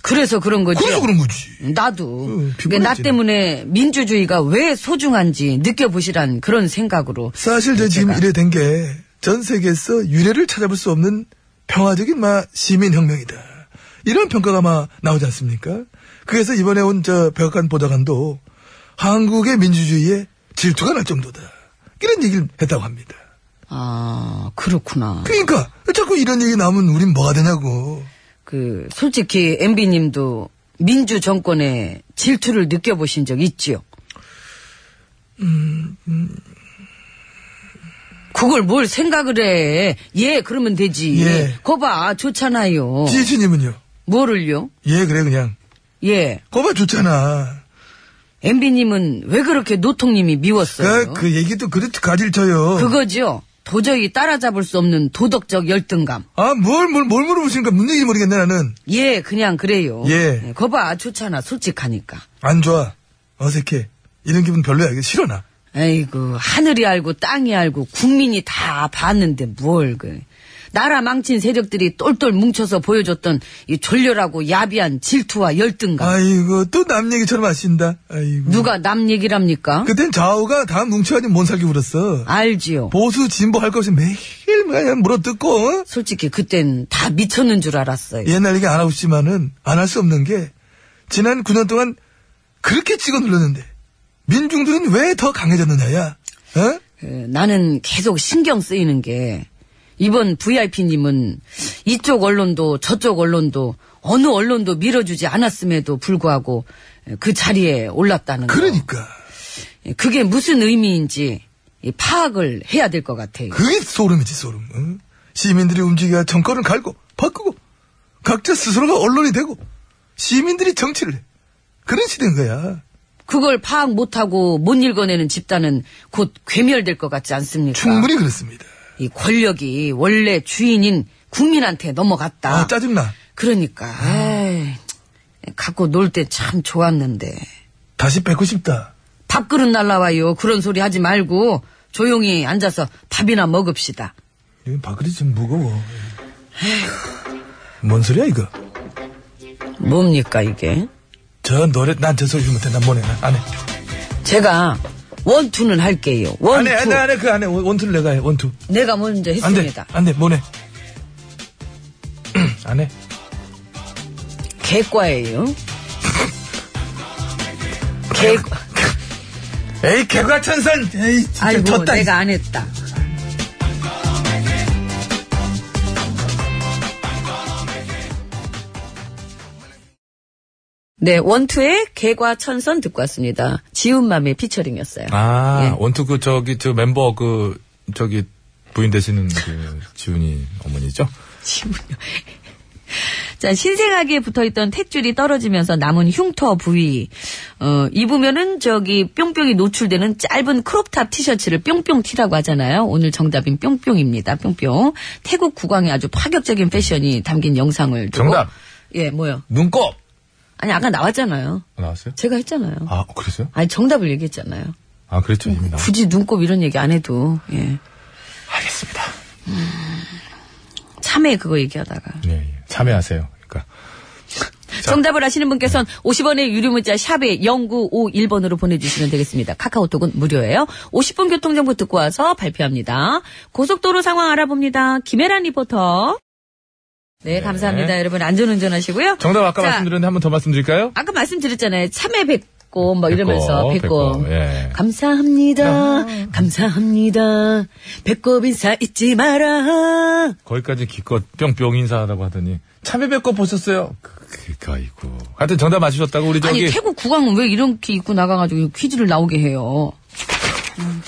C: 그래서 음, 그런 거죠.
G: 그래서 그런 거지.
C: 나도
G: 응,
C: 그게 나
G: 피곤했지.
C: 때문에 민주주의가 왜 소중한지 느껴보시란 그런 생각으로
G: 사실 저 지금
C: 제가-
G: 이래 된 게 전 세계에서 유례를 찾아볼 수 없는 평화적인 마 시민혁명이다. 이런 평가가 막 나오지 않습니까? 그래서 이번에 온 저 백악관 보좌관도 한국의 민주주의에 질투가 날 정도다. 이런 얘기를 했다고 합니다.
C: 아 그렇구나.
G: 그러니까 자꾸 이런 얘기 나오면 우린 뭐가 되냐고.
C: 그 솔직히 MB님도 민주 정권에 질투를 느껴보신 적 있지요? 그걸 뭘 생각을 해? 예, 그러면 되지.
G: 예.
C: 거봐, 좋잖아요.
G: 지혜진님은요?
C: 뭐를요?
G: 예 그래 그냥.
C: 예.
G: 거봐 좋잖아.
C: MB님은 왜 그렇게 노통님이 미웠어요?
G: 그, 그 얘기도 그렇게 가질 쳐요.
C: 그거죠. 도저히 따라잡을 수 없는 도덕적 열등감.
G: 아, 뭘, 뭘, 뭘 물어보시니까 뭔 얘기인지 모르겠네, 나는.
C: 예, 그냥 그래요.
G: 예.
C: 거봐, 좋잖아, 솔직하니까.
G: 안 좋아. 어색해. 이런 기분 별로야. 이거 싫어, 나.
C: 아이고, 하늘이 알고 땅이 알고 국민이 다 봤는데 뭘 그. 나라 망친 세력들이 똘똘 뭉쳐서 보여줬던 이 졸렬하고 야비한 질투와 열등감.
G: 아이고, 또 남 얘기처럼 하신다. 아이고.
C: 음. 누가 남 얘기랍니까?
G: 그땐 좌우가 다 뭉쳐가지고 못 살기
C: 아.
G: 울었어.
C: 알지요.
G: 보수, 진보 할 거 없이 매일 뭐 그냥 물어뜯고, 어?
C: 솔직히 그땐 다 미쳤는 줄 알았어요.
G: 옛날 얘기 안 하고 싶지만은 안 할 수 없는 게 지난 9년 동안 그렇게 찍어 눌렀는데 민중들은 왜 더 강해졌느냐야. 어?
C: 그, 나는 계속 신경 쓰이는 게 이번 VIP님은 이쪽 언론도 저쪽 언론도 어느 언론도 밀어주지 않았음에도 불구하고 그 자리에 올랐다는 거.
G: 그러니까
C: 그게 무슨 의미인지 이 파악을 해야 될 것 같아요.
G: 그게 소름이지 소름. 어? 시민들이 움직여야 정권을 갈고 바꾸고 각자 스스로가 언론이 되고 시민들이 정치를 해. 그런 시대인 거야.
C: 그걸 파악 못하고 못 읽어내는 집단은 곧 괴멸될 것 같지 않습니까?
G: 충분히 그렇습니다.
C: 이 권력이 원래 주인인 국민한테
G: 아,
C: 넘어갔다.
G: 짜증나. 아.
C: 그러니까 에이, 갖고 놀 때 참 좋았는데
G: 다시 뵙고 싶다.
C: 밥그릇 날라와요. 그런 소리 하지 말고 조용히 앉아서 밥이나 먹읍시다.
G: 이건 밥그릇이 좀 무거워. 뭔 소리야 이거?
C: 뭡니까 이게?
G: 저 노래 난 저 소리 못해. 난 뭐네. 안 해.
C: 제가 원투는 할게요.
G: 안
C: 원투.
G: 해. 안 해. 안 해. 그안 해. 원- 원투를 내가 해. 원투.
C: 내가 먼저
G: 안 돼.
C: 했습니다.
G: 안 돼. 뭐네. 안 해.
C: 개과예요. 개.
G: 에이 개과천선. 에이 진짜
C: 아이고
G: 졌다.
C: 내가 안 했다. 네, 원투의 개과천선 듣고 왔습니다. 지운맘의 피처링이었어요.
B: 아,
C: 예.
B: 원투 그 저기 저 멤버 그 저기 부인 되시는 그 지훈이 어머니죠?
C: 지운요. 자, 신생하게 붙어있던 탯줄이 떨어지면서 남은 흉터 부위. 어, 입으면은 저기 뿅뿅이 노출되는 짧은 크롭탑 티셔츠를 뿅뿅티라고 하잖아요. 오늘 정답인 뿅뿅입니다. 뿅뿅. 태국 국왕의 아주 파격적인 패션이 담긴 영상을 두고.
B: 정답.
C: 예, 뭐요?
B: 눈곱
C: 아니, 아까 나왔잖아요.
B: 나왔어요?
C: 제가 했잖아요.
B: 아, 그랬어요?
C: 아니, 정답을 얘기했잖아요.
B: 아, 그랬죠 이미 나.
C: 굳이 눈곱 이런 얘기 안 해도, 예.
B: 알겠습니다.
C: 참에 그거 얘기하다가.
B: 네, 예. 참여하세요. 그러니까
C: 정답을 아시는 분께서는 50원의 유료 문자 샵에 0951번으로 보내주시면 되겠습니다. 카카오톡은 무료예요. 50분 교통정보 듣고 와서 발표합니다. 고속도로 상황 알아봅니다. 김혜란 리포터. 네, 감사합니다. 여러분 안전운전 하시고요.
B: 정답 아까
C: 자,
B: 말씀드렸는데 한 번 더 말씀드릴까요?
C: 아까 말씀드렸잖아요. 참외 백곰 막뭐 이러면서
B: 백곰,
C: 백곰.
B: 백곰, 예.
C: 감사합니다. 감사합니다. 백곰 인사 잊지 마라.
B: 거기까지 기껏 뿅뿅 인사하다고 하더니 참여백거 보셨어요? 그, 그, 아이고. 하여튼 정답 맞으셨다고 우리 저기
C: 아니 태국 국왕은 왜 이렇게 입고 나가가지고 퀴즈를 나오게 해요? 음,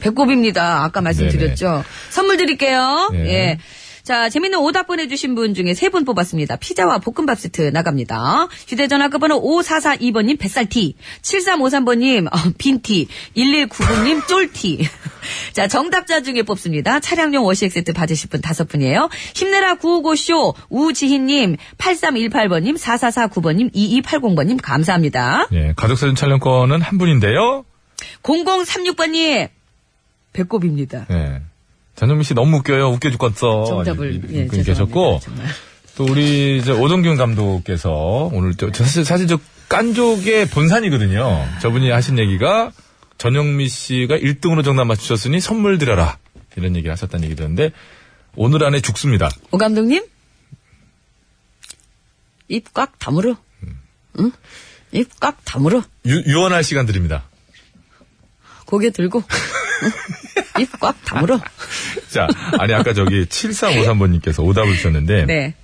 C: 배꼽입니다. 아까 말씀드렸죠. 선물 드릴게요.
B: 네.
C: 예. 자, 재밌는 오답 보내주신 분 중에 세 분 뽑았습니다. 피자와 볶음밥 세트 나갑니다. 휴대전화 끝번호 5442번님 뱃살티, 7353번님 어, 빈티, 1199님 쫄티. 자, 정답자 중에 뽑습니다. 차량용 워시액 세트 받으실 분 다섯 분이에요. 힘내라 955쇼, 우지희님, 8318번님, 4449번님, 2280번님 감사합니다.
B: 예, 가족사진 촬영권은 한 분인데요.
C: 0036번님, 배꼽입니다.
B: 예. 전현민 씨 너무 웃겨요. 웃겨 죽겠어.
C: 정답을,
B: 이렇게
C: 예, 죄송합니다.
B: 계셨고.
C: 정말.
B: 또 우리 이제 오동균 감독께서 오늘 저, 저 사실 사실 저 깐족의 본산이거든요. 저분이 하신 얘기가 전영미 씨가 1등으로 정답 맞추셨으니 선물 드려라 이런 얘기를 하셨다는 얘기 들었는데 오늘 안에 죽습니다.
C: 오 감독님 입 꽉 다물어 응? 입 꽉 다물어
B: 유, 유언할 시간 드립니다.
C: 고개 들고 입 꽉 다물어
B: 자, 아니 아까 저기 7353번님께서 오답을 주셨는데
C: 네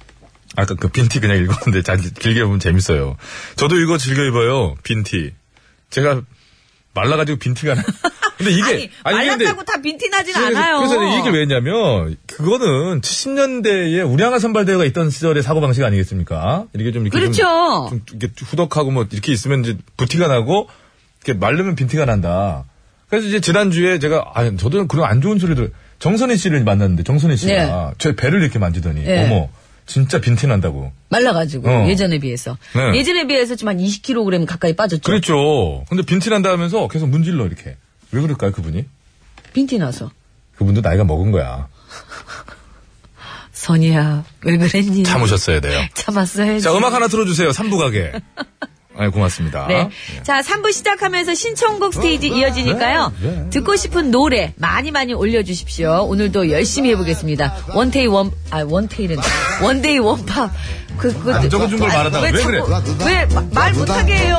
B: 아까 그 빈티 그냥 읽었는데 자, 길게 보면 재밌어요. 저도 이거 즐겨 입어요. 빈티. 제가 말라가지고 빈티가 나. 근데 이게 근데
C: 말랐다고 다 빈티 나진
B: 그래서-
C: 않아요
B: 그래서 이 얘기를 왜 했냐면 그거는 70년대에 우량아 선발대회가 있던 시절의 사고 방식 아니겠습니까? 이렇게 좀 이렇게
C: 그렇죠.
B: 좀, 좀 이렇게 후덕하고 뭐 이렇게 있으면 이제 부티가 나고 이렇게 말르면 빈티가 난다. 그래서 이제 지난주에 제가, 아 저도 그런 안 좋은 소리들, 정선희 씨를 만났는데, 정선희 씨가
C: 네.
B: 제 배를 이렇게 만지더니,
C: 네.
B: 어머, 진짜 빈티난다고.
C: 말라가지고
B: 어.
C: 예전에 비해서
B: 네. 그렇죠.
C: 예전에 비해서 지금 한 20kg 가까이 빠졌죠.
B: 그랬죠. 근데 빈티난다 하면서 계속 문질러, 이렇게. 왜 그럴까요, 그분이?
C: 빈티 나서
B: 그분도 나이가 먹은 거야.
C: 선이야 왜 그랬니?
B: 참으셨어야 돼요.
C: 참았어야지.
B: 자, 음악 하나 틀어주세요. 3부 가게. 아니, 고맙습니다.
C: 네.
B: 예.
C: 자, 3부 시작하면서 신청곡 스테이지
B: 네.
C: 이어지니까요. 듣고 싶은 노래 많이 많이 올려주십시오. 오늘도 열심히 해보겠습니다. 원테이 원, 아, 원테이는, 원데이 원팝. 그, 그,
B: 안 적어준 걸
C: 아니,
B: 말하다가 왜 그래?
C: 자꾸, 왜 마- 말 못하게 해요?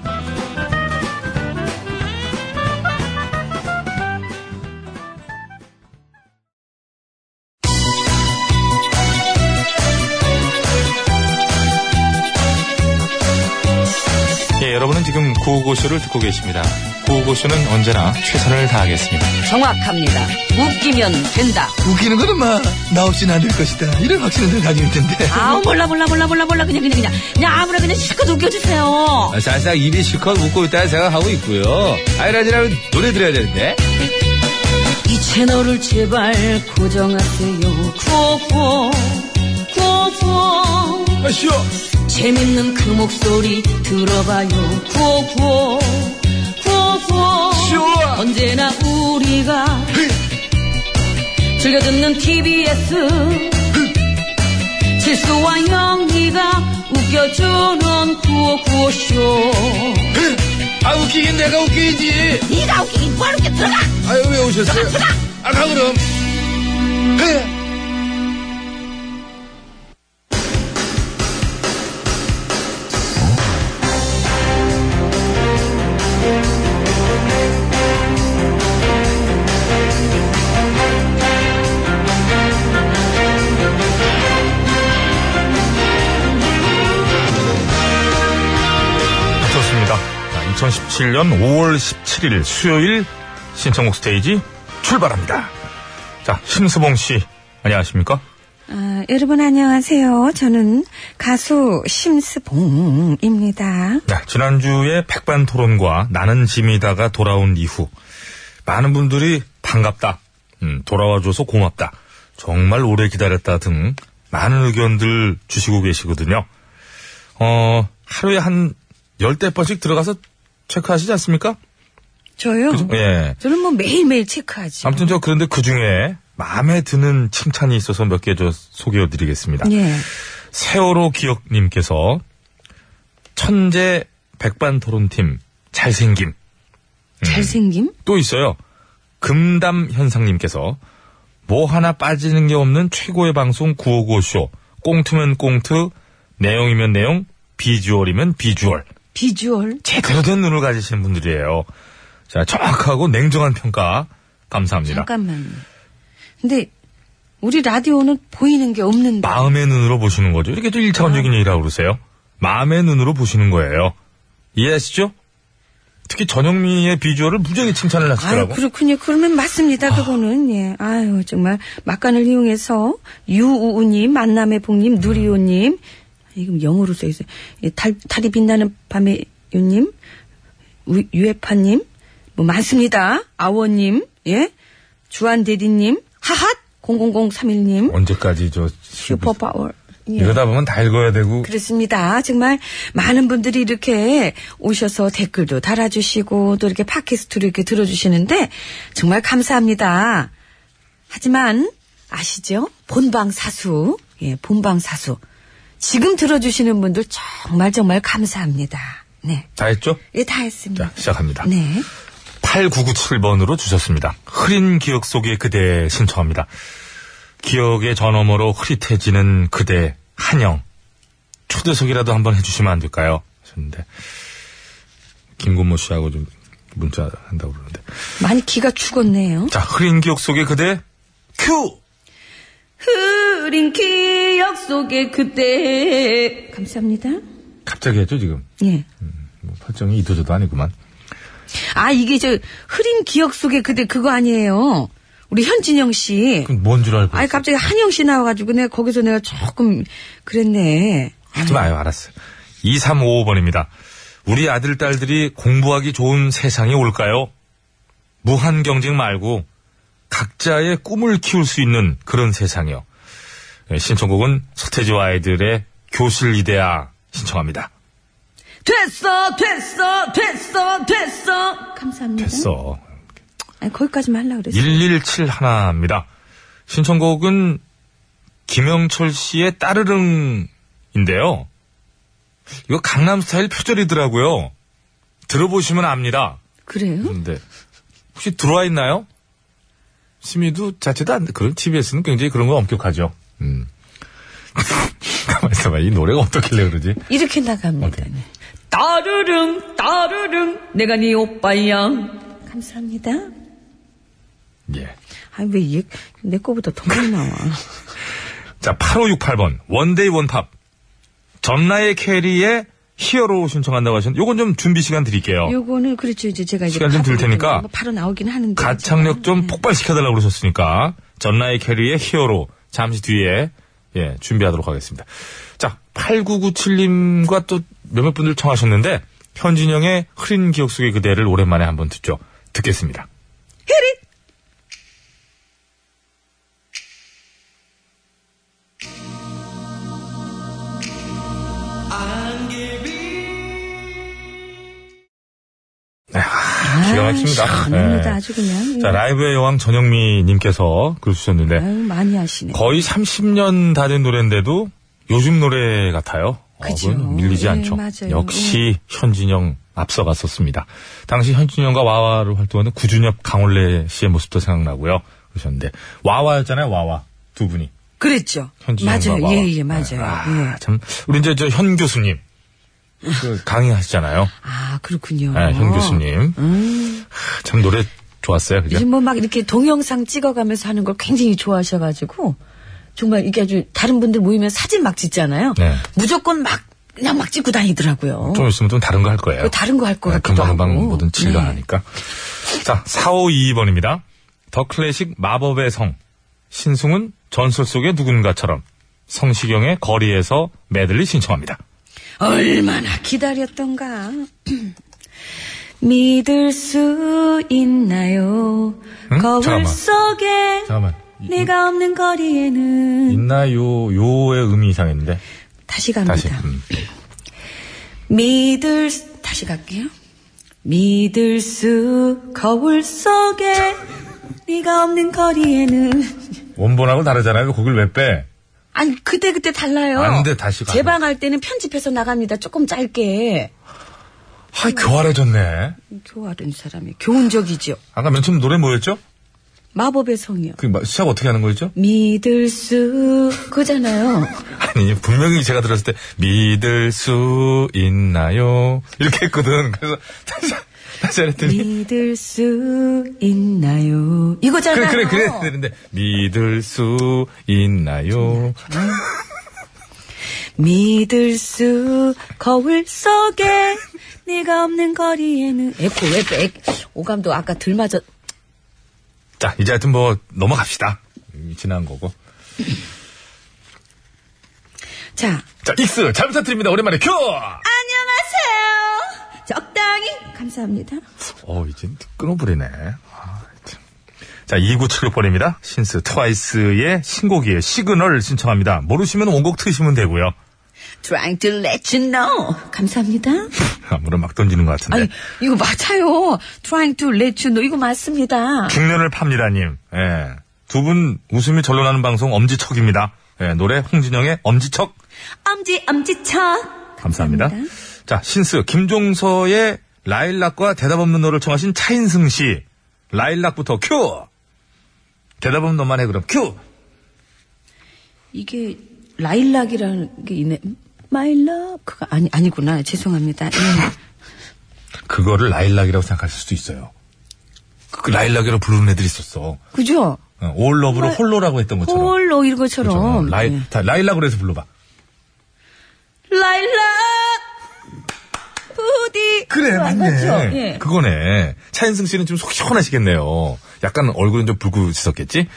B: 예, 여러분은 지금 구호고쇼를 듣고 계십니다. 구호고쇼는 언제나 최선을 다하겠습니다.
C: 정확합니다. 웃기면 된다.
G: 웃기는 거는 막 나 없이는 안 될 것이다. 이런 확신을 가지고 있는데.
C: 아우 몰라 몰라 몰라 몰라 몰라 그냥 그냥 그냥 그냥 아무나 그냥 실컷 웃겨주세요.
F: 아, 살짝 입이 실컷 웃고 있다는 생각하고 있고요. 아이라지라면 노래 들어야 되는데.
C: 이 채널을 제발 고정하세요. 구호구호 구호구호
F: 아, 쉬워.
C: 재밌는 그 목소리 들어봐요. 구호구호 구호구호 언제나 우리가 즐겨 듣는 TBS 실수와 영리가 웃겨주는 구호구호쇼
F: 아, 웃기긴 내가 웃기지.
C: 네가 웃기긴 뭘 이렇게 들어가
F: 아유, 왜 오셨어요? 아, 가 그럼.
B: 좋습니다. 2017년 5월 17일 수요일 신청곡 스테이지 출발합니다. 자, 심수봉 씨. 안녕하십니까?
H: 아, 여러분 안녕하세요. 저는 가수 심스봉입니다.
B: 네, 지난주에 백반 토론과 나는 짐이다가 돌아온 이후 많은 분들이 반갑다. 음, 돌아와줘서 고맙다. 정말 오래 기다렸다 등 많은 의견들 주시고 계시거든요. 어, 하루에 한 열대 번씩 들어가서 체크하시지 않습니까?
H: 저요?
C: 음.
B: 그죠? 예.
H: 저는 뭐 매일매일 체크하지.
B: 아무튼 저 그런데 그 중에 마음에 드는 칭찬이 있어서 몇 개 저 소개해 드리겠습니다. 음.
H: 예.
B: 세월호 기억님께서 천재 백반 토론팀 잘생김
H: 잘생김?
B: 또 있어요. 금담 현상님께서 뭐 하나 빠지는 게 없는 최고의 방송 955쇼 꽁트면 꽁트 내용이면 내용 비주얼이면 비주얼
H: 비주얼?
B: 제대로 된 눈을 가지신 분들이에요. 자 정확하고 냉정한 평가 감사합니다.
H: 잠깐만요. 근데 우리 라디오는 보이는 게 없는데.
B: 마음의 눈으로 보시는 거죠. 이렇게 또
H: 아.
B: 1차원적인 얘기라고 그러세요. 마음의 눈으로 보시는 거예요. 이해하시죠? 특히 전영미의 비주얼을 무지하게 칭찬을
H: 아유,
B: 하시더라고. 아.
H: 그렇군요. 그러면 맞습니다. 그거는, 예. 아유, 정말, 막간을 이용해서, 유우우님, 만남의 복님, 누리호님, 아, 이거 영어로 써있어요. 예, 달, 달이 빛나는 밤의 유님, 우- 유에파님, 뭐, 많습니다. 아워님, 예. 주한대디님, 하핫! 00031님,
B: 언제까지 저
H: 그 슈퍼파워. 예.
B: 이러다 보면 다 읽어야 되고
C: 그렇습니다. 정말 많은 분들이 이렇게 오셔서 댓글도 달아주시고 또 이렇게 팟캐스트로 이렇게 들어주시는데 정말 감사합니다. 하지만 아시죠? 본방 사수. 예, 본방 사수. 지금 들어주시는 분들 정말 정말 감사합니다. 네.
B: 다 했죠?
C: 예, 다 했습니다.
B: 자, 시작합니다.
C: 네.
B: 8997번으로 주셨습니다. 흐린 기억 속의 그대 신청합니다. 기억의 전어머로 흐릿해지는 그대 한영 초대석이라도 한번 해주시면 안 될까요? 하셨는데 김건모 씨하고 좀 문자 한다고 그러는데
C: 많이 기가 죽었네요.
B: 자 흐린 기억 속의 그대 큐
C: 흐린 기억 속에 그때. 감사합니다.
B: 갑자기 했죠 지금
C: 예.
B: 뭐 설정이 이도저도 아니구만
C: 아, 이게 저 흐린 기억 속에 그때 그거 아니에요. 우리 현진영 씨.
B: 그럼 뭔 줄 알고
C: 아니 갑자기 한영 씨 나와가지고 내가 거기서 내가 조금 그랬네.
B: 하지 마요, 알았어요. 2355번입니다. 우리 아들, 딸들이 공부하기 좋은 세상이 올까요? 무한 경쟁 말고 각자의 꿈을 키울 수 있는 그런 세상이요. 예, 신청곡은 서태지와 아이들의 교실 이대야 신청합니다.
C: 됐어, 됐어, 됐어, 됐어. 감사합니다.
B: 됐어.
C: 아니, 거기까지만
B: 예.
C: 하려고 그랬어.
B: 117 하나입니다. 신청곡은 김영철 씨의 따르릉인데요. 이거 강남 스타일 표절이더라고요. 들어보시면 압니다.
C: 그래요?
B: 근데 혹시 들어와 있나요? 심의도 자체도 안 그런 TBS는 굉장히 그런 거 엄격하죠. 음. 가만 있어봐. 이 노래가 어떻길래 그러지?
C: 이렇게
B: 아,
C: 나갑니다. 네. 따르릉, 따르릉, 내가 네 오빠야. 감사합니다.
B: 예.
C: 아니, 왜 얘, 내 거보다 더 많이 나와.
B: 어. 자, 8568번. 원데이 원팝. 전나의 캐리의 히어로 신청한다고 하셨는데, 요건 좀 준비 시간 드릴게요.
C: 요거는, 그렇죠. 이제 제가 이제.
B: 시간 좀
C: 바로
B: 들 테니까.
C: 뭐 바로 나오긴 하는데.
B: 가창력 좀 폭발시켜달라고 그러셨으니까, 전나의 캐리의 히어로. 잠시 뒤에, 예, 준비하도록 하겠습니다. 자, 8997님과 또 몇몇 분들 청하셨는데, 현진영의 흐린 기억 속의 그대를 오랜만에 한번 듣죠. 듣겠습니다. 기가 막힙니다.
C: 합니다
B: 예.
C: 아주 그냥.
B: 자,
C: 예.
B: 라이브의 여왕 전영미님께서 글 주셨는데,
C: 아유, 많이 하시네.
B: 거의 30년 다 된 노래인데도 요즘 노래 같아요. 어,
C: 그죠.
B: 그건 밀리지
C: 예,
B: 않죠.
C: 맞아요.
B: 역시 현진영 앞서갔었습니다. 당시 현진영과 와와로 활동하는 구준엽 강원래 씨의 모습도 생각나고요. 그러셨는데 와와였잖아요. 와와 두 분이
C: 그랬죠.
B: 현진영과
C: 맞아요.
B: 와와.
C: 예, 예, 맞아요.
B: 아,
C: 예.
B: 참 우리 이제 저 현 교수님 그 강의하시잖아요.
C: 아, 음. 그렇군요.
B: 네, 현 교수님 아, 참 노래 좋았어요. 그죠?
C: 요즘 뭐 막 이렇게 동영상 찍어가면서 하는 걸 굉장히 좋아하셔가지고 정말 이게 아주 다른 분들 모이면 사진 막 찍잖아요.
B: 네.
C: 무조건 막 그냥 막 찍고 다니더라고요.
B: 어. 좀 있으면 좀 다른 거 할 거예요.
C: 그 다른 거 할 것
B: 네,
C: 같기도 하고.
B: 금방금방 뭐든 질러
C: 네.
B: 하니까. 자, 4522번입니다. 더 클래식 마법의 성. 신승은 전설 속의 누군가처럼. 성시경의 거리에서 메들리 신청합니다.
C: 얼마나 기다렸던가. 믿을 수 있나요?
B: 응?
C: 거울
B: 잠깐만.
C: 속에
B: 잠깐만.
C: 내가 없는 거리에는
B: 있나요? 요의 의미 이상했는데.
C: 다시 갑니다.
B: 다시. 음.
C: 믿을 수, 다시 갈게요. 믿을 수 거울 속에 네가 없는 거리에는
B: 원본하고 다르잖아요. 그 곡을 왜 빼?
C: 아니 그때 그때 달라요.
B: 안 돼, 다시 가.
C: 재방할 때는 편집해서 나갑니다. 조금 짧게.
B: 아, 교활해졌네.
C: 교활은 사람이 교훈적이죠.
B: 아까 맨 처음 노래 뭐였죠?
C: 마법의 성이요.
B: 그 마- 시작 어떻게 하는 거였죠?
C: 믿을 수 그잖아요.
B: 아니 분명히 제가 들었을 때 믿을 수 있나요? 이렇게 했거든. 그래서 다시 다시 했더니
C: 믿을 수 있나요? 이거잖아요.
B: 그래, 그래, 그래. 되는데, 믿을 수 있나요?
C: 믿을 수 거울 속에 네가 없는 거리에는 에코 에코 에코 오감도 아까 덜 맞아
B: 자, 이제 하여튼 뭐, 넘어갑시다. 음, 지난 거고.
C: 자
B: 자, 익스, 잘 부탁드립니다. 오랜만에 큐!
C: 안녕하세요 적당히 감사합니다
B: 어, 이제 끊어버리네. 아, 참. 자, 2976번입니다. 신스 트와이스의 신곡이에요. 시그널 신청합니다. 모르시면 원곡 트시면 되고요.
C: Trying to let you know. 감사합니다.
B: 아무런 막 던지는 것 같은데.
C: 아니, 이거 맞아요. Trying to let you know. 이거 맞습니다.
B: 중년을 팝니다님. 예. 두 분 웃음이 절로 나는 방송 엄지척입니다. 예, 노래 홍진영의 엄지척.
C: 엄지, 엄지척.
B: 감사합니다. 자, 신스 김종서의 라일락과 대답 없는 너를 청하신 차인승 씨. 라일락부터 큐. 대답 없는 너만 해 그럼 큐.
C: 이게 라일락이라는 게 있네. My love. 그거 아니, 아니구나. 죄송합니다. 예.
B: 그거를 라일락이라고 생각하실 수도 있어요. 그 라일락이라고 부르는 애들이 있었어.
C: 그죠?
B: 어, 올러브로 홀로라고 했던 것처럼.
C: 홀로 이런
B: 그죠? 어,
C: 것처럼.
B: 라일,
C: 예.
B: 자, 라일락으로 해서 불러봐.
C: 라일락. 부디.
B: 그래,
C: 그거 안 맞죠? 예.
B: 네, 그거네. 차인승 씨는 좀 속 시원하시겠네요. 약간 얼굴은 좀 불구지셨겠지?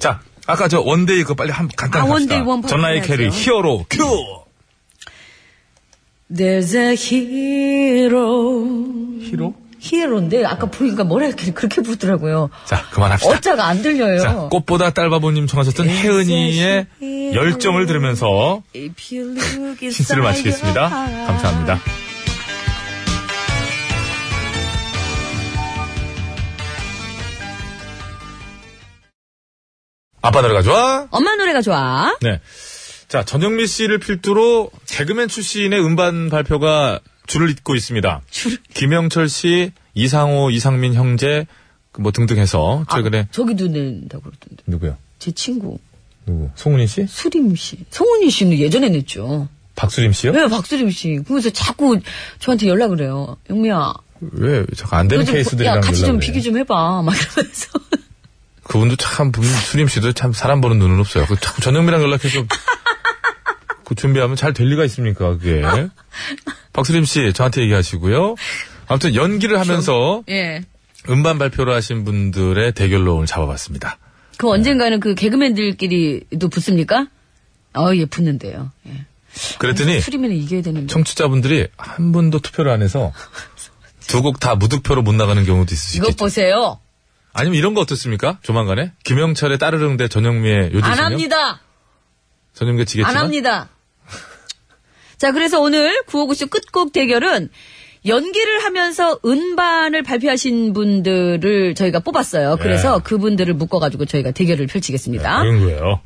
B: 자, 아까 저 원데이 그거 빨리 한, 간단히
C: 아,
B: 합시다.
C: 원데이 원판
B: 전나의
C: 해야죠.
B: 캐리, 히어로, 큐!
C: There's a hero.
B: 히로?
C: 히어로인데 아까 보니까 뭐라 이렇게 그렇게 부르더라고요.
B: 자, 그만합시다.
C: 어짜가 안
B: 자,
C: 들려요.
B: 꽃보다 딸바보님 청하셨던 혜은이의 열정을 들으면서
C: If you look inside
B: 신스를 마치겠습니다.
C: your heart.
B: 감사합니다. 아빠 노래가 좋아?
C: 엄마 노래가 좋아.
B: 네. 자, 전영미 씨를 필두로 개그맨 출신의 음반 발표가 줄을 잇고 있습니다. 김영철 씨, 이상호, 이상민 형제, 그뭐 등등 해서
C: 아.
B: 최근에
C: 저기도 낸다고 그러던데.
B: 누구요?
C: 제 친구
B: 누구? 송은희 씨?
C: 수림 씨. 송은이 씨는 예전에 냈죠.
B: 박수림 씨요?
C: 왜 박수림 씨. 그러면서 자꾸 저한테 연락을 해요. 영미야.
B: 왜 잠깐 안
C: 너
B: 되는
C: 좀 보-
B: 케이스들이랑
C: 야, 같이 좀
B: 연락을
C: 비교
B: 해요?
C: 좀 해봐. 막 이러면서.
B: 그분도 참 분명 수림 씨도 참 사람 보는 눈은 없어요. 그 자꾸 전영미랑 연락해서 그 준비하면 잘 될 리가 있습니까 그게? 박수림 씨 저한테 얘기하시고요. 아무튼 연기를 하면서
C: 예.
B: 음반 발표를 하신 분들의 대결로 오늘 잡아봤습니다.
C: 그 언젠가는 그 개그맨들끼리도 붙습니까? 어, 예, 붙는데요. 예.
B: 그랬더니
C: 수림이는 이겨야 되는데.
B: 청취자분들이 한 분도 투표를 안 해서 두 곡 다 무득표로 못 나가는 경우도 있을 수
C: 이것
B: 있겠죠.
C: 보세요.
B: 아니면 이런 거 어떻습니까? 조만간에 김영철의 따르릉 대 전영미의 요즘
C: 안 합니다.
B: 전영미 지겠지만
C: 안 합니다. 자, 그래서 오늘 959쇼 끝곡 대결은 연기를 하면서 음반을 발표하신 분들을 저희가 뽑았어요.
B: 네.
C: 그래서 그분들을 묶어가지고 저희가 대결을 펼치겠습니다.
B: 그런 거예요.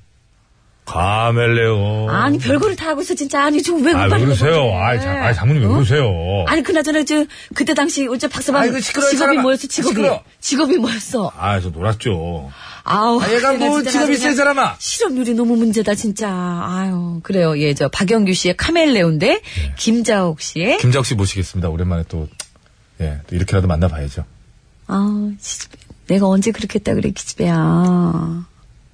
B: 카멜레온.
C: 아니, 별거를 다 하고 있어, 진짜. 아니, 저왜
B: 아,
C: 음반을. 네.
B: 왜 그러세요?
C: 뽑았는데. 어?
B: 아, 자, 아, 장모님 왜 그러세요?
C: 아니, 그나저나, 저, 그때 당시, 우리 저 박서방.
F: 어. 아이고, 시끄러워,
C: 직업이
F: 사람아.
C: 뭐였어, 직업이?
F: 시끄러워.
C: 직업이 뭐였어?
B: 아, 저 놀았죠.
C: 아우.
F: 아, 얘가
C: 내가
F: 뭐
C: 진짜
F: 직업이
C: 나중에
F: 센 사람아.
C: 실업률이 너무 문제다, 진짜. 아유. 그래요. 예, 저, 박영규 씨의 카멜레온 대 김자옥 씨의
B: 김작 씨 모시겠습니다. 오랜만에 또, 예, 또 이렇게라도 만나봐야죠.
C: 아, 기집애. 내가 언제 그렇게 했다 그래, 기집애야.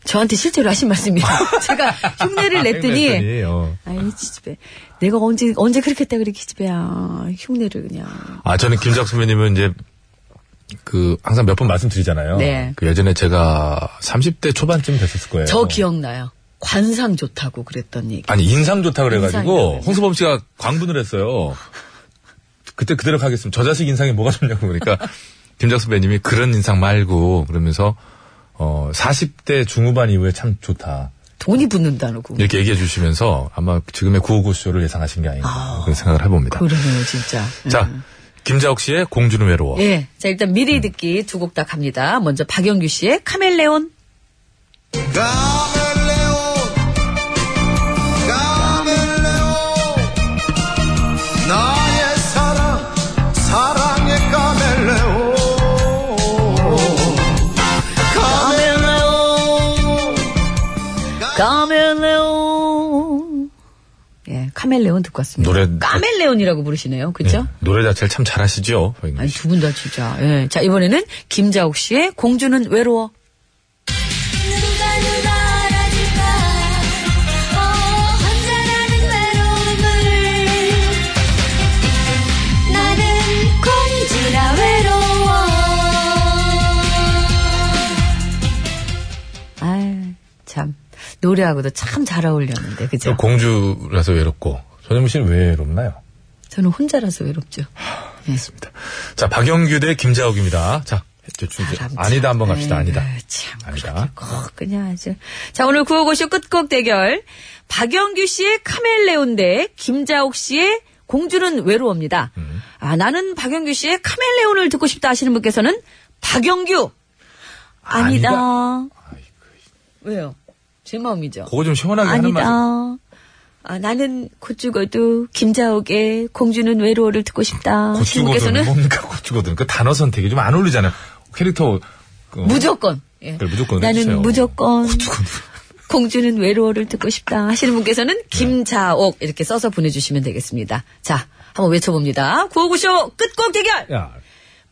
C: 저한테 실제로 하신 말씀이에요. 제가 흉내를 냈더니,
B: 팬분이, 아, 어.
C: 아이, 기집애. 내가 언제, 언제 그렇게 했다 그래, 기집애야. 흉내를 그냥.
B: 아, 저는 김작 선배님은 이제, 그, 항상 몇 번 말씀드리잖아요.
C: 네.
B: 그 예전에 제가 30대 초반쯤 됐었을 거예요.
F: 어.
C: 저 기억나요. 관상 좋다고 그랬던 얘기.
B: 아니, 인상 좋다
C: 인상이라고
B: 그래가지고,
C: 그러죠.
B: 홍수범 씨가 광분을 했어요. 그때 그대로 가겠습니다. 저 자식 인상이 뭐가 좋냐고 그러니까, 김작 선배님이 그런 인상 말고, 그러면서, 어, 40대 중후반 이후에 참 좋다.
C: 돈이 붙는다고.
B: 이렇게 얘기해 주시면서 아마 지금의 959쇼를 예상하신 게 아닌가 그런 생각을 해봅니다.
C: 그러네요, 진짜.
B: 자, 김자옥 씨의 공주는 외로워.
C: 예. 자, 일단 미리 듣기 두 곡 다 갑니다. 먼저 박영규 씨의 카멜레온.
E: 카멜레온 카멜레온 나의 사랑 사랑의 카멜레온 카멜레온
C: 카멜레온. 예, 카멜레온 듣고 왔습니다.
B: 노래-
C: 카멜레온이라고 부르시네요. 그죠?
B: 예, 노래 자체를 참 잘하시죠. 박영규
C: 아니
B: 씨.
C: 두 분 다 진짜. 예. 자 이번에는 김자옥 씨의 공주는 외로워.
I: 누가 누가 알아줄까 어 혼자라는 외로움을 나는 공주라 외로워
C: 아 참. 노래하고도 참 잘 어울렸는데
B: 저
C: 그죠?
B: 공주라서 외롭고 전현무 씨는 왜 외롭나요?
C: 저는 혼자라서 외롭죠. 예.
B: 자, 박영규 대 김자옥입니다. 자, 대충 이제
C: 사람 참.
B: 아니다 한번 갑시다. 아니다.
C: 에휴, 네, 참
B: 아니다.
C: 그렇게 꼭 그냥 아주. 자 오늘 구호고쇼 끝곡 대결 박영규 씨의 카멜레온 대 김자옥 씨의 공주는 외로워입니다. 아 나는 박영규 씨의 카멜레온을 듣고 싶다 하시는 분께서는 박영규 아니다. 왜요? 제 마음이죠.
B: 그거 좀 시원하게 하는
C: 아니다.
B: 맛.
C: 아, 나는 곧 죽어도 김자옥의 공주는 외로워를 듣고 싶다.
B: 고추거든.
C: 하시는 분께서는
B: 뭡니까 고추거든. 그 단어 선택이 좀 안 어울리잖아요. 캐릭터 그,
C: 무조건. 예.
B: 그래, 무조건
C: 나는
B: 해주세요.
C: 무조건 공주는 외로워를 듣고 싶다 하시는
B: 네.
C: 분께서는 김자옥 이렇게 써서 보내주시면 되겠습니다. 자, 한번 외쳐봅니다. 구호구쇼 끝곡 대결.
B: 야,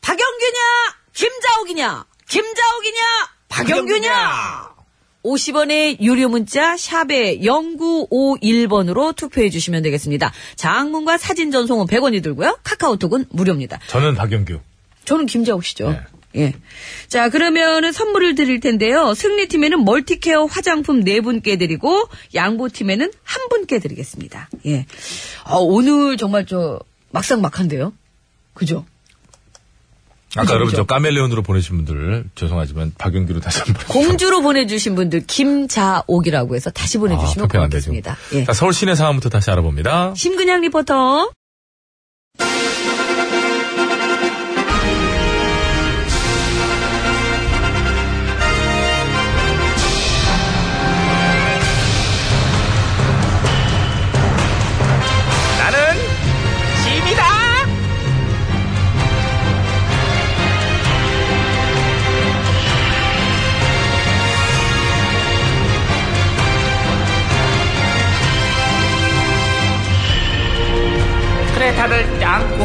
C: 박영규냐 김자옥이냐 김자옥이냐 박영규냐 50원의 유료 문자 샵에 0951번으로 투표해 주시면 되겠습니다. 장문과 사진 전송은 100원이 들고요. 카카오톡은 무료입니다.
B: 저는 박영규.
C: 저는 김자옥 씨죠.
B: 네.
C: 예. 자, 그러면은 선물을 드릴 텐데요. 승리팀에는 멀티케어 화장품 네 분께 드리고, 양보팀에는 한 분께 드리겠습니다. 예. 아, 오늘 정말 저, 막상 막한데요? 그죠?
B: 아까
C: 그죠,
B: 여러분
C: 그죠.
B: 저 까멜레온으로 보내신 분들 죄송하지만 박영규로 다시 한번
C: 공주로 보내주신 분들, 김자옥이라고 해서 다시 보내주시면
B: 아, 안 되죠.
C: 고맙겠습니다. 예.
B: 자, 서울 시내 상황부터 다시 알아봅니다.
C: 심근양 리포터.
F: 나는 짐이다. 그래 다들 앉고.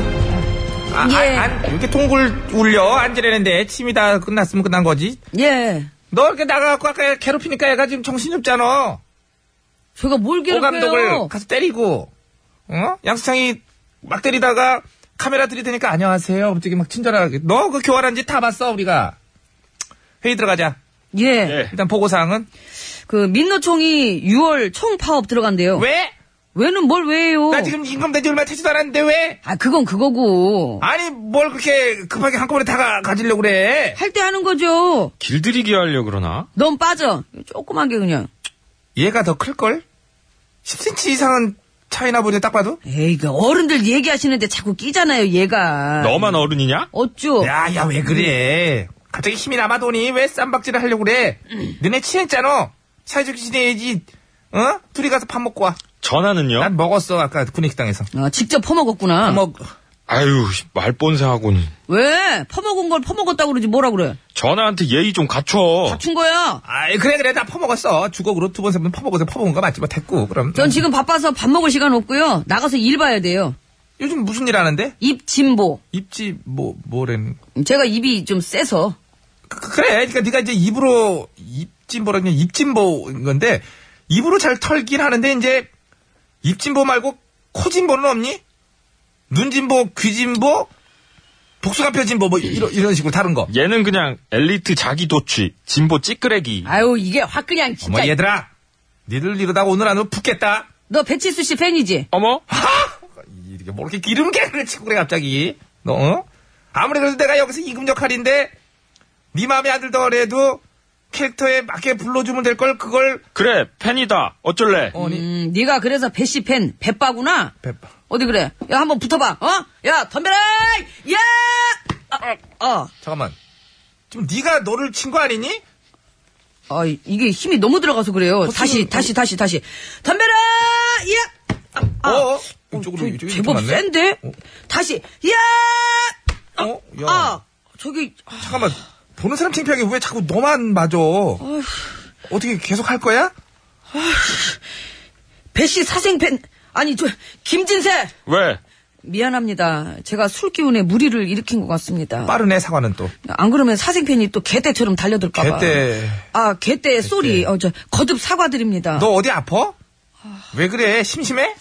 F: 아,
C: 예.
F: 아, 안, 이렇게 통굴 울려 앉으려는데 침이 다 끝났으면 끝난 거지.
C: 예.
F: 너 이렇게 나가갖고 아까 괴롭히니까 얘가 지금 정신이 없잖아.
C: 제가 뭘
F: 오 감독을
C: 괴롭혀요?
F: 가서 때리고, 어? 양수창이 막 때리다가 카메라 들이대니까 안녕하세요. 갑자기 막 친절하게. 너 그 교환한 짓 다 봤어, 우리가. 회의 들어가자.
C: 예.
F: 일단 보고사항은?
C: 그, 민노총이 6월 총파업 들어간대요.
F: 왜?
C: 왜는 뭘 왜요?
F: 나 지금 임금 된지 얼마 되지도 않았는데 왜?
C: 아, 그건 그거고.
F: 아니, 뭘 그렇게 급하게 한꺼번에 다 가지려고 그래?
C: 할 때 하는 거죠.
J: 길들이기 하려 그러나?
C: 넌 빠져. 조그만 게 그냥.
F: 얘가 더 클걸? 10cm 이상은 차이나 보네, 딱 봐도?
C: 에이, 그 어른들 얘기하시는데 자꾸 끼잖아요, 얘가.
J: 너만 어른이냐?
C: 어쭈?
F: 야, 야, 왜 그래? 갑자기 힘이 남아도니 왜 쌈박질을 하려고 그래? 너네 취했잖아. 사회적인 지내야지. 어? 둘이 가서 밥 먹고 와.
J: 전화는요?
F: 난 먹었어, 아까 군의식당에서.
C: 아, 직접 퍼먹었구나.
F: 먹,
J: 아유, 말본세하고는.
C: 왜? 퍼먹은 걸 퍼먹었다고 그러지 뭐라 그래?
J: 전화한테 예의 좀 갖춰.
C: 다춘 거야.
F: 아이, 그래, 그래. 나 퍼먹었어. 주걱으로 두 번, 세 번 퍼먹어서 퍼먹은 거 맞지? 뭐, 됐고, 그럼.
C: 전 지금 바빠서 밥 먹을 시간 없고요. 나가서 일 봐야 돼요.
F: 요즘 무슨 일 하는데?
C: 입 진보.
F: 입지, 뭐, 뭐라는.
C: 제가 입이 좀 세서.
F: 그, 그- 그래. 그러니까 네가 이제 입으로, 입진보라는 게 입진보인 건데, 입으로 잘 털긴 하는데, 이제, 입진보 말고 코진보는 없니? 눈진보, 귀진보, 복숭아뼈진보, 뭐, 이런, 이런 식으로 다른 거.
J: 얘는 그냥 엘리트 자기 도취, 진보 찌끄레기.
C: 아유, 이게 확 그냥
F: 어머,
C: 진짜.
F: 뭐 얘들아. 니들 이러다가 오늘 안으로 붙겠다.
C: 너 배치수 씨 팬이지?
J: 어머?
F: 이렇게 뭐 이렇게 기름 개를 치고 그래 갑자기 너 어? 아무리 그래도 내가 여기서 이금 역할인데 네 마음에 안 들더라도 캐릭터에 맞게 불러주면 될 걸 그걸
J: 그래, 팬이다. 어쩔래?
F: 어니
C: 음, 네가 그래서 배 씨 팬, 배빠구나?
F: 배빠.
C: 어디 그래? 야, 한번 붙어봐. 어? 야, 덤벼라! 야! 아, 어.
F: 잠깐만 지금 네가 너를 친 거 아니니?
C: 아, 이게 힘이 너무 들어가서 그래요. 다시, 다시, 다시, 다시. 덤벼라! 야! 아,
F: 어, 어?
C: 어,
F: 이쪽으로
C: 저,
F: 이쪽이
C: 제법
F: 맞네?
C: 센데? 다시, 야!
F: 어? 야
C: 아, 저기, 아,
F: 잠깐만 보는 사람 창피하게 왜 자꾸 너만 맞아 어떻게 계속 할 거야?
C: 배씨 사생팬, 아니, 저, 김진세!
J: 왜?
C: 미안합니다. 제가 술 기운에 무리를 일으킨 것 같습니다.
F: 빠르네 사과는 또
C: 안 그러면 사생팬이 또 개떼처럼 달려들까봐.
F: 개떼.
C: 아, 개떼, 쏘리. 어, 저, 거듭 사과드립니다.
F: 너 어디 아파? 왜 그래? 심심해?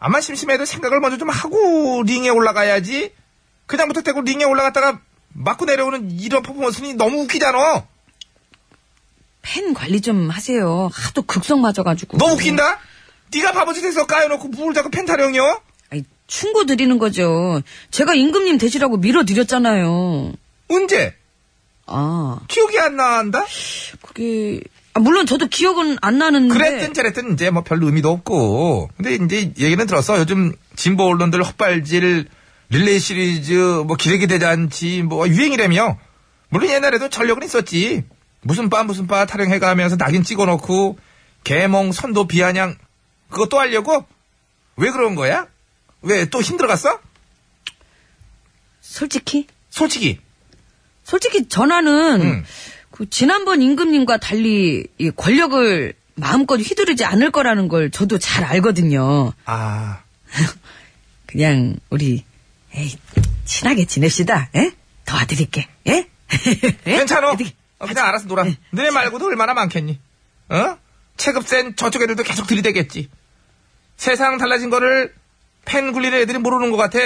F: 아마 심심해도 생각을 먼저 좀 하고 링에 올라가야지. 그냥부터 대고 링에 올라갔다가 맞고 내려오는 이런 퍼포먼스는 너무 웃기잖아.
C: 팬 관리 좀 하세요. 하도 극성 맞아가지고.
F: 너 웃긴다? 네가 바보짓 해서 까여놓고 뭘 자꾸 펜타령이요?
C: 아니, 충고 드리는 거죠. 제가 임금님 되시라고 밀어드렸잖아요.
F: 언제?
C: 아,
F: 기억이 안 난다?
C: 그게, 아, 물론 저도 기억은 안 나는데.
F: 그랬든 저랬든 이제 뭐 별로 의미도 없고. 근데 이제 얘기는 들었어. 요즘 진보 언론들 헛발질, 릴레이 시리즈, 뭐 기레기 대잔치, 뭐 유행이라며. 물론 옛날에도 전력은 있었지. 무슨 바 무슨 바 타령해가면서 낙인 찍어놓고 개몽, 선도, 비아냥 그거 또 하려고? 왜 그런 거야? 왜 또 힘들어갔어?
C: 솔직히?
F: 솔직히
C: 솔직히 전화는,
F: 음.
C: 그 지난번 임금님과 달리 이 권력을 마음껏 휘두르지 않을 거라는 걸 저도 잘 알거든요.
F: 아
C: 그냥 우리 에이, 친하게 지냅시다. 예? 도와드릴게. 예? 예?
F: 괜찮아.
C: 어디-
F: 어, 그냥 알아서 놀아. 너네 말고도 얼마나 많겠니? 어? 체급 센 저쪽 애들도 계속 들이대겠지. 세상 달라진 거를 팬 굴리는 애들이 모르는 것 같아.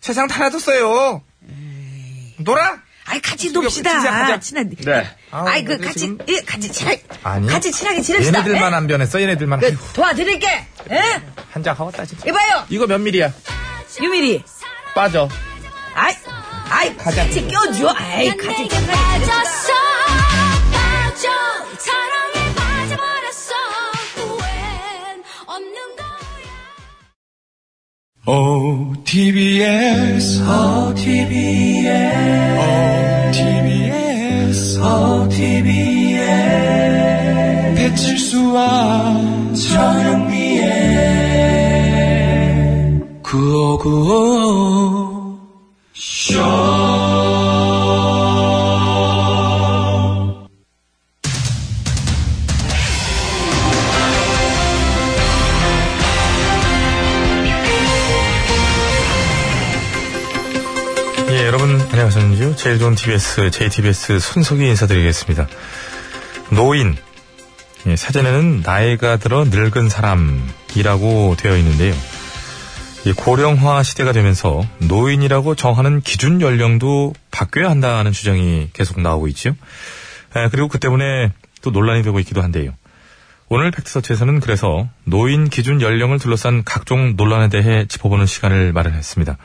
F: 세상 달라졌어요. 놀아.
C: 아이 같이
F: 속여,
C: 놉시다.
F: 진짜 가자.
C: 친하.
J: 네.
C: 아이 그
F: 근데
C: 같이
F: 지금-
C: 예, 같이 친하.
F: 아니.
C: 같이 친하게 지냅시다.
F: 얘네들만
C: 예?
F: 안 변했어. 얘네들만.
C: 그, 도와드릴게. 예?
F: 한장 하웠다 진짜.
C: 이봐요.
F: 이거 몇 밀이야?
C: 유미리.
F: 빠져.
C: 아이 아이 같이 껴줘. 아이 같이
I: 내게 빠졌어 빠져 사랑에 빠져버렸어 후엔 없는 거야
E: OTBS, OTBS, OTBS, OTBS. 배칠수와 저녁미에 구호구호.
B: 예, 여러분 안녕하십니까? 제일 좋은 TBS, JTBS 손석희 인사드리겠습니다. 노인 예, 사전에는 나이가 들어 늙은 사람이라고 되어 있는데요. 이 고령화 시대가 되면서 노인이라고 정하는 기준 연령도 바뀌어야 한다는 주장이 계속 나오고 있죠. 예, 그리고 그 때문에 또 논란이 되고 있기도 한데요. 오늘 팩트서치에서는 그래서 노인 기준 연령을 둘러싼 각종 논란에 대해 짚어보는 시간을 마련했습니다.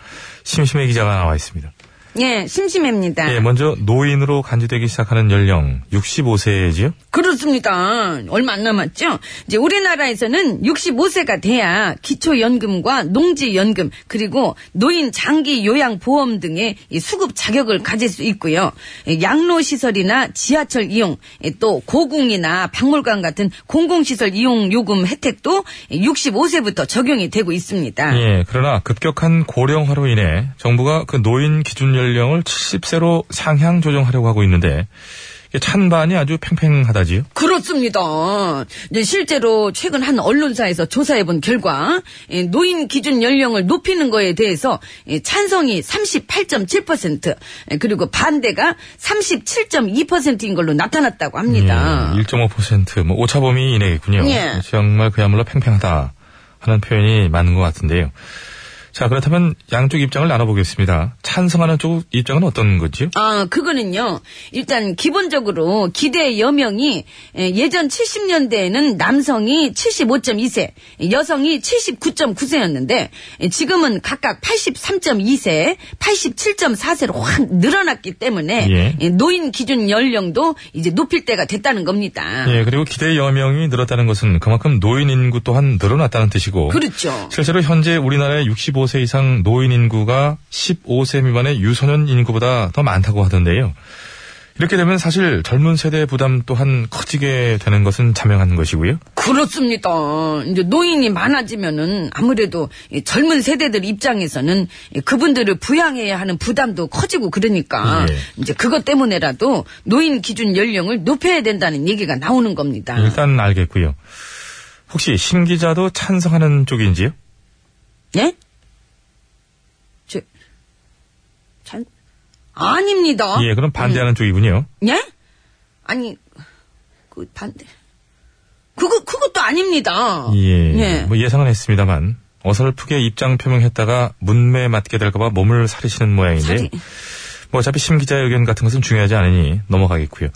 B: 심심해 기자가 나와 있습니다.
C: 예, 심심합니다.
B: 예, 먼저 노인으로 간주되기 시작하는 연령 65세지요?
C: 그렇습니다. 얼마 안 남았죠? 이제 우리나라에서는 65세가 돼야 기초연금과 농지연금, 그리고 노인 장기 요양보험 등의 이 수급 자격을 가질 수 있고요. 이 양로시설이나 지하철 이용, 예, 또 고궁이나 박물관 같은 공공시설 이용 요금 혜택도 65세부터 적용이 되고 있습니다.
B: 예, 그러나 급격한 고령화로 인해 정부가 그 노인 기준 연령을 70세로 상향 조정하려고 하고 있는데 이게 찬반이 아주 팽팽하다지요? 예,
C: 그렇습니다. 이제 실제로 최근 한 언론사에서 조사해본 결과 예, 노인 기준 연령을 높이는 거에 대해서 예, 찬성이 38.7% 예, 그리고 반대가 37.2%인 걸로 나타났다고 합니다.
B: 예, 1.5%, 뭐, 오차범위 이내겠군요.
C: 그러니까. 예.
B: 정말 그야말로 팽팽하다 하는 표현이 맞는 것 같은데요. 자, 그렇다면 양쪽 입장을 나눠보겠습니다. 찬성하는 쪽 입장은 어떤 거지요?
C: 아, 그거는요. 일단 기본적으로 기대 여명이 예, 예전 70년대에는 남성이 75.2세, 여성이 79.9세였는데 예, 지금은 각각 83.2세, 87.4세로 확 늘어났기 때문에
B: 예.
C: 예, 노인 기준 연령도 이제 높일 때가 됐다는 겁니다.
B: 예, 그리고 기대 여명이 늘었다는 것은 그만큼 노인 인구 또한 늘어났다는 뜻이고.
C: 그렇죠.
B: 실제로 현재 우리나라의 65세 이상 노인 인구가 15세 미만의 유소년 인구보다 더 많다고 하던데요. 이렇게 되면 사실 젊은 세대의 부담 또한 커지게 되는 것은 자명한 것이고요.
C: 그렇습니다. 이제 노인이 많아지면은 아무래도 이 젊은 세대들 입장에서는 이 그분들을 부양해야 하는 부담도 커지고 그러니까
B: 예.
C: 이제 그것 때문에라도 노인 기준 연령을 높여야 된다는 얘기가 나오는 겁니다.
B: 일단 알겠고요. 혹시 신 기자도 찬성하는 쪽인지요?
C: 예? 저, 잔, 아닙니다.
B: 예, 그럼 반대하는 쪽이군요.
C: 예? 아니, 그 반대. 그거, 그것도 아닙니다.
B: 예,
C: 예.
B: 뭐 예상은 했습니다만 어설프게 입장 표명했다가 문매 맞게 될까봐 몸을 사리시는 모양인데요.
C: 사리-
B: 뭐 어차피 심 기자의 의견 같은 것은 중요하지 않으니 넘어가겠고요.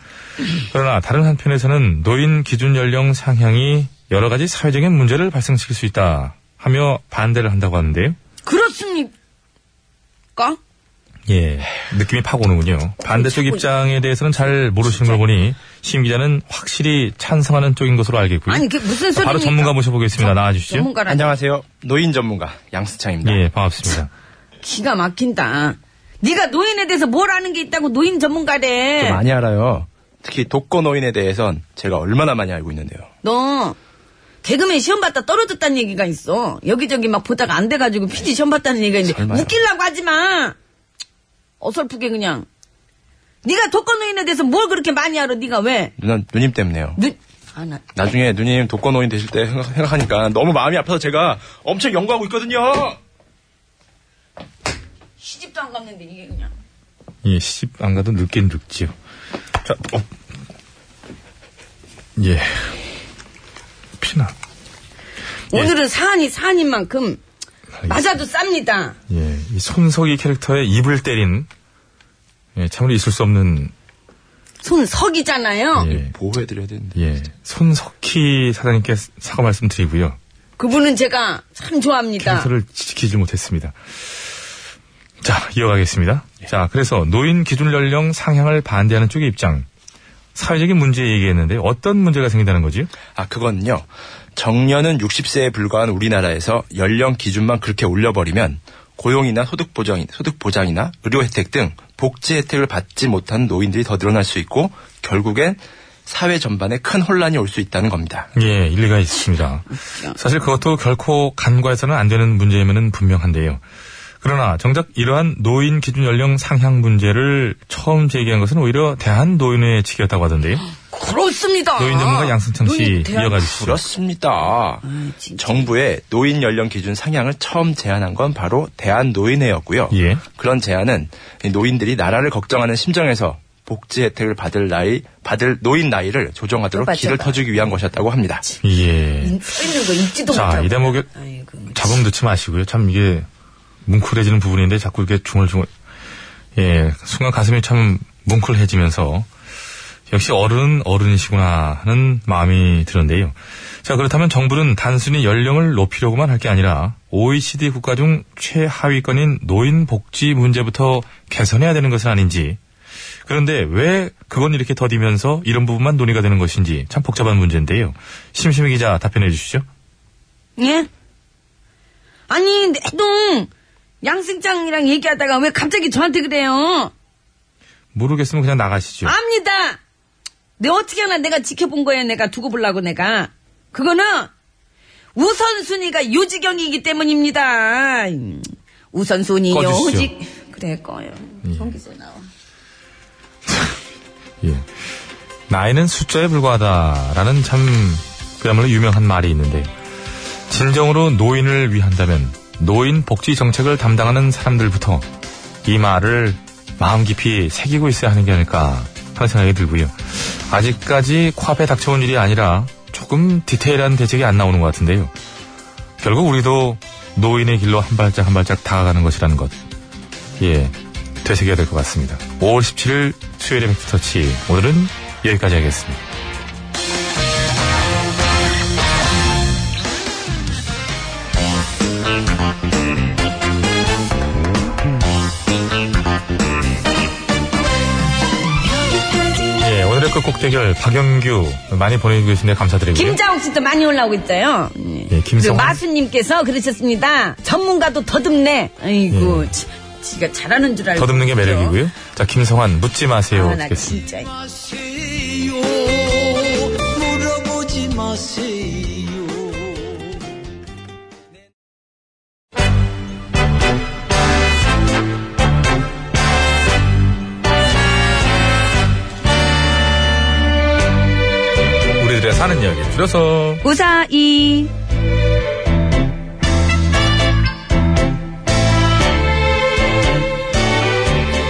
B: 그러나 다른 한편에서는 노인 기준 연령 상향이 여러 가지 사회적인 문제를 발생시킬 수 있다 하며 반대를 한다고 하는데요.
C: 그렇습니까?
B: 예. 느낌이 파고 오는군요. 반대쪽 입장에 대해서는 잘 모르시는 걸 보니 심 기자는 확실히 찬성하는 쪽인 것으로 알겠고요.
C: 아니, 그게 무슨
B: 자, 바로
C: 소리입니까?
B: 전문가 모셔보겠습니다. 나와주시죠.
C: 전문가라
J: 그렇죠? 안녕하세요. 노인 전문가 양수창입니다.
B: 예, 반갑습니다.
C: 기가 막힌다. 네가 노인에 대해서 뭘 아는 게 있다고 노인 전문가래.
J: 저그 많이 알아요. 특히 독거 노인에 대해선 제가 얼마나 많이 알고 있는데요.
C: 너 개그맨 시험 봤다 떨어졌다는 얘기가 있어. 여기저기 막 보다가 안 돼가지고 피지 시험 봤다는 얘기가 있는데
J: 네. 설마요?
C: 웃기려고 하지 마. 어설프게 그냥. 네가 독거노인에 대해서 뭘 그렇게 많이 알아? 네가 왜?
J: 누나 누님 때문에요.
C: 눈. 아, 나.
J: 나중에 누님 독거 노인 되실 때 생각- 생각하니까 너무 마음이 아파서 제가 엄청 연구하고 있거든요.
C: 시집도 안 갔는데 이게 그냥.
B: 예, 시집 안 가도 늙긴 늙지요. 자, 어. 예. 피나.
J: 예.
C: 오늘은 사안이 사안인 만큼 맞아도 쌉니다.
B: 예, 이 손석희 캐릭터의 입을 때린 예, 참으로 있을 수 없는
C: 손석이잖아요.
B: 예,
J: 보호해드려야 되는데.
B: 예, 손석희 사장님께 사과 말씀드리고요.
C: 그분은 제가 참 좋아합니다.
B: 캐릭터를 지키지 못했습니다. 자, 이어가겠습니다. 자, 그래서 노인 기준 연령 상향을 반대하는 쪽의 입장. 사회적인 문제 얘기했는데 어떤 문제가 생긴다는 거지요?
J: 아 그건요. 정년은 60세에 불과한 우리나라에서 연령 기준만 그렇게 올려버리면 고용이나 소득 보장 소득 보장이나 의료 혜택 등 복지 혜택을 받지 못한 노인들이 더 늘어날 수 있고 결국엔 사회 전반에 큰 혼란이 올 수 있다는 겁니다.
B: 예, 일리가 있습니다. 사실 그것도 결코 간과해서는 안 되는 문제임은 분명한데요. 그러나 정작 이러한 노인 기준 연령 상향 문제를 처음 제기한 것은 오히려 대한노인회 측이었다고 하던데요.
C: 그렇습니다.
B: 노인 전문가 양승창 씨
C: 아, 노인 대학- 아,
B: 이어가 주시죠.
J: 그렇습니다.
C: 음. 진짜.
J: 정부의 노인 연령 기준 상향을 처음 제안한 건 바로 대한노인회였고요.
B: 예.
J: 그런 제안은 이 노인들이 나라를 걱정하는 심정에서 복지 혜택을 받을 나이, 받을 노인 나이를 조정하도록
C: 맞아,
J: 길을
C: 맞아.
J: 터주기 위한 것이었다고 합니다.
B: 예.
C: 있는 거 잊지도
B: 자,
C: 못하고.
B: 이 대목에
C: 아이고.
B: 자범 듣지 마시고요. 참 이게 뭉클해지는 부분인데 자꾸 이렇게 중얼중얼. 예, 순간 가슴이 참 뭉클해지면서 역시 어른 어른이시구나 하는 마음이 드는데요. 자, 그렇다면 정부는 단순히 연령을 높이려고만 할 게 아니라 OECD 국가 중 최하위권인 노인 복지 문제부터 개선해야 되는 것은 아닌지. 그런데 왜 그건 이렇게 더디면서 이런 부분만 논의가 되는 것인지 참 복잡한 문제인데요. 심심희 기자 답변해 주시죠.
C: 예? 아니, 내동 양승장이랑 얘기하다가 왜 갑자기 저한테 그래요?
B: 모르겠으면 그냥
C: 아,
B: 나가시죠.
C: 압니다! 내 어떻게 하나 내가 지켜본 거예요, 내가 두고 보려고 내가. 그거는 우선순위가 요지경이기 때문입니다. 음, 우선순위
B: 꺼주시죠.
C: 요지. 그래, 꺼요. 성기세 나와.
B: 예. 나이는 숫자에 불과하다라는 참 그야말로 유명한 말이 있는데 진정으로 노인을 위한다면 노인 복지 정책을 담당하는 사람들부터 이 말을 마음 깊이 새기고 있어야 하는 게 아닐까 하는 생각이 들고요. 아직까지 코앞에 닥쳐온 일이 아니라 조금 디테일한 대책이 안 나오는 것 같은데요. 결국 우리도 노인의 길로 한 발짝 한 발짝 다가가는 것이라는 것. 예, 되새겨야 될 것 같습니다. 5월 17일 수요일의 백스터치. 오늘은 여기까지 하겠습니다. 예, 오늘의 끝곡 대결 박영규 많이 보내주고 계신데 감사드리고요.
C: 김자옥 씨도 많이 올라오고 있어요. 예.
B: 예, 김성환.
C: 그리고 마수님께서 그러셨습니다. 전문가도 더듬네. 아이고, 지, 지가 잘하는 줄 알고.
B: 예. 더듬는 게
C: 그죠?
B: 매력이고요. 예, 자, 김성환 묻지 마세요.
C: 아, 나
B: 듣겠습니다.
C: 진짜.
E: 마세요. 물어보지 마세요.
B: 우리들의 사는 이야기 줄여서
C: 우사이.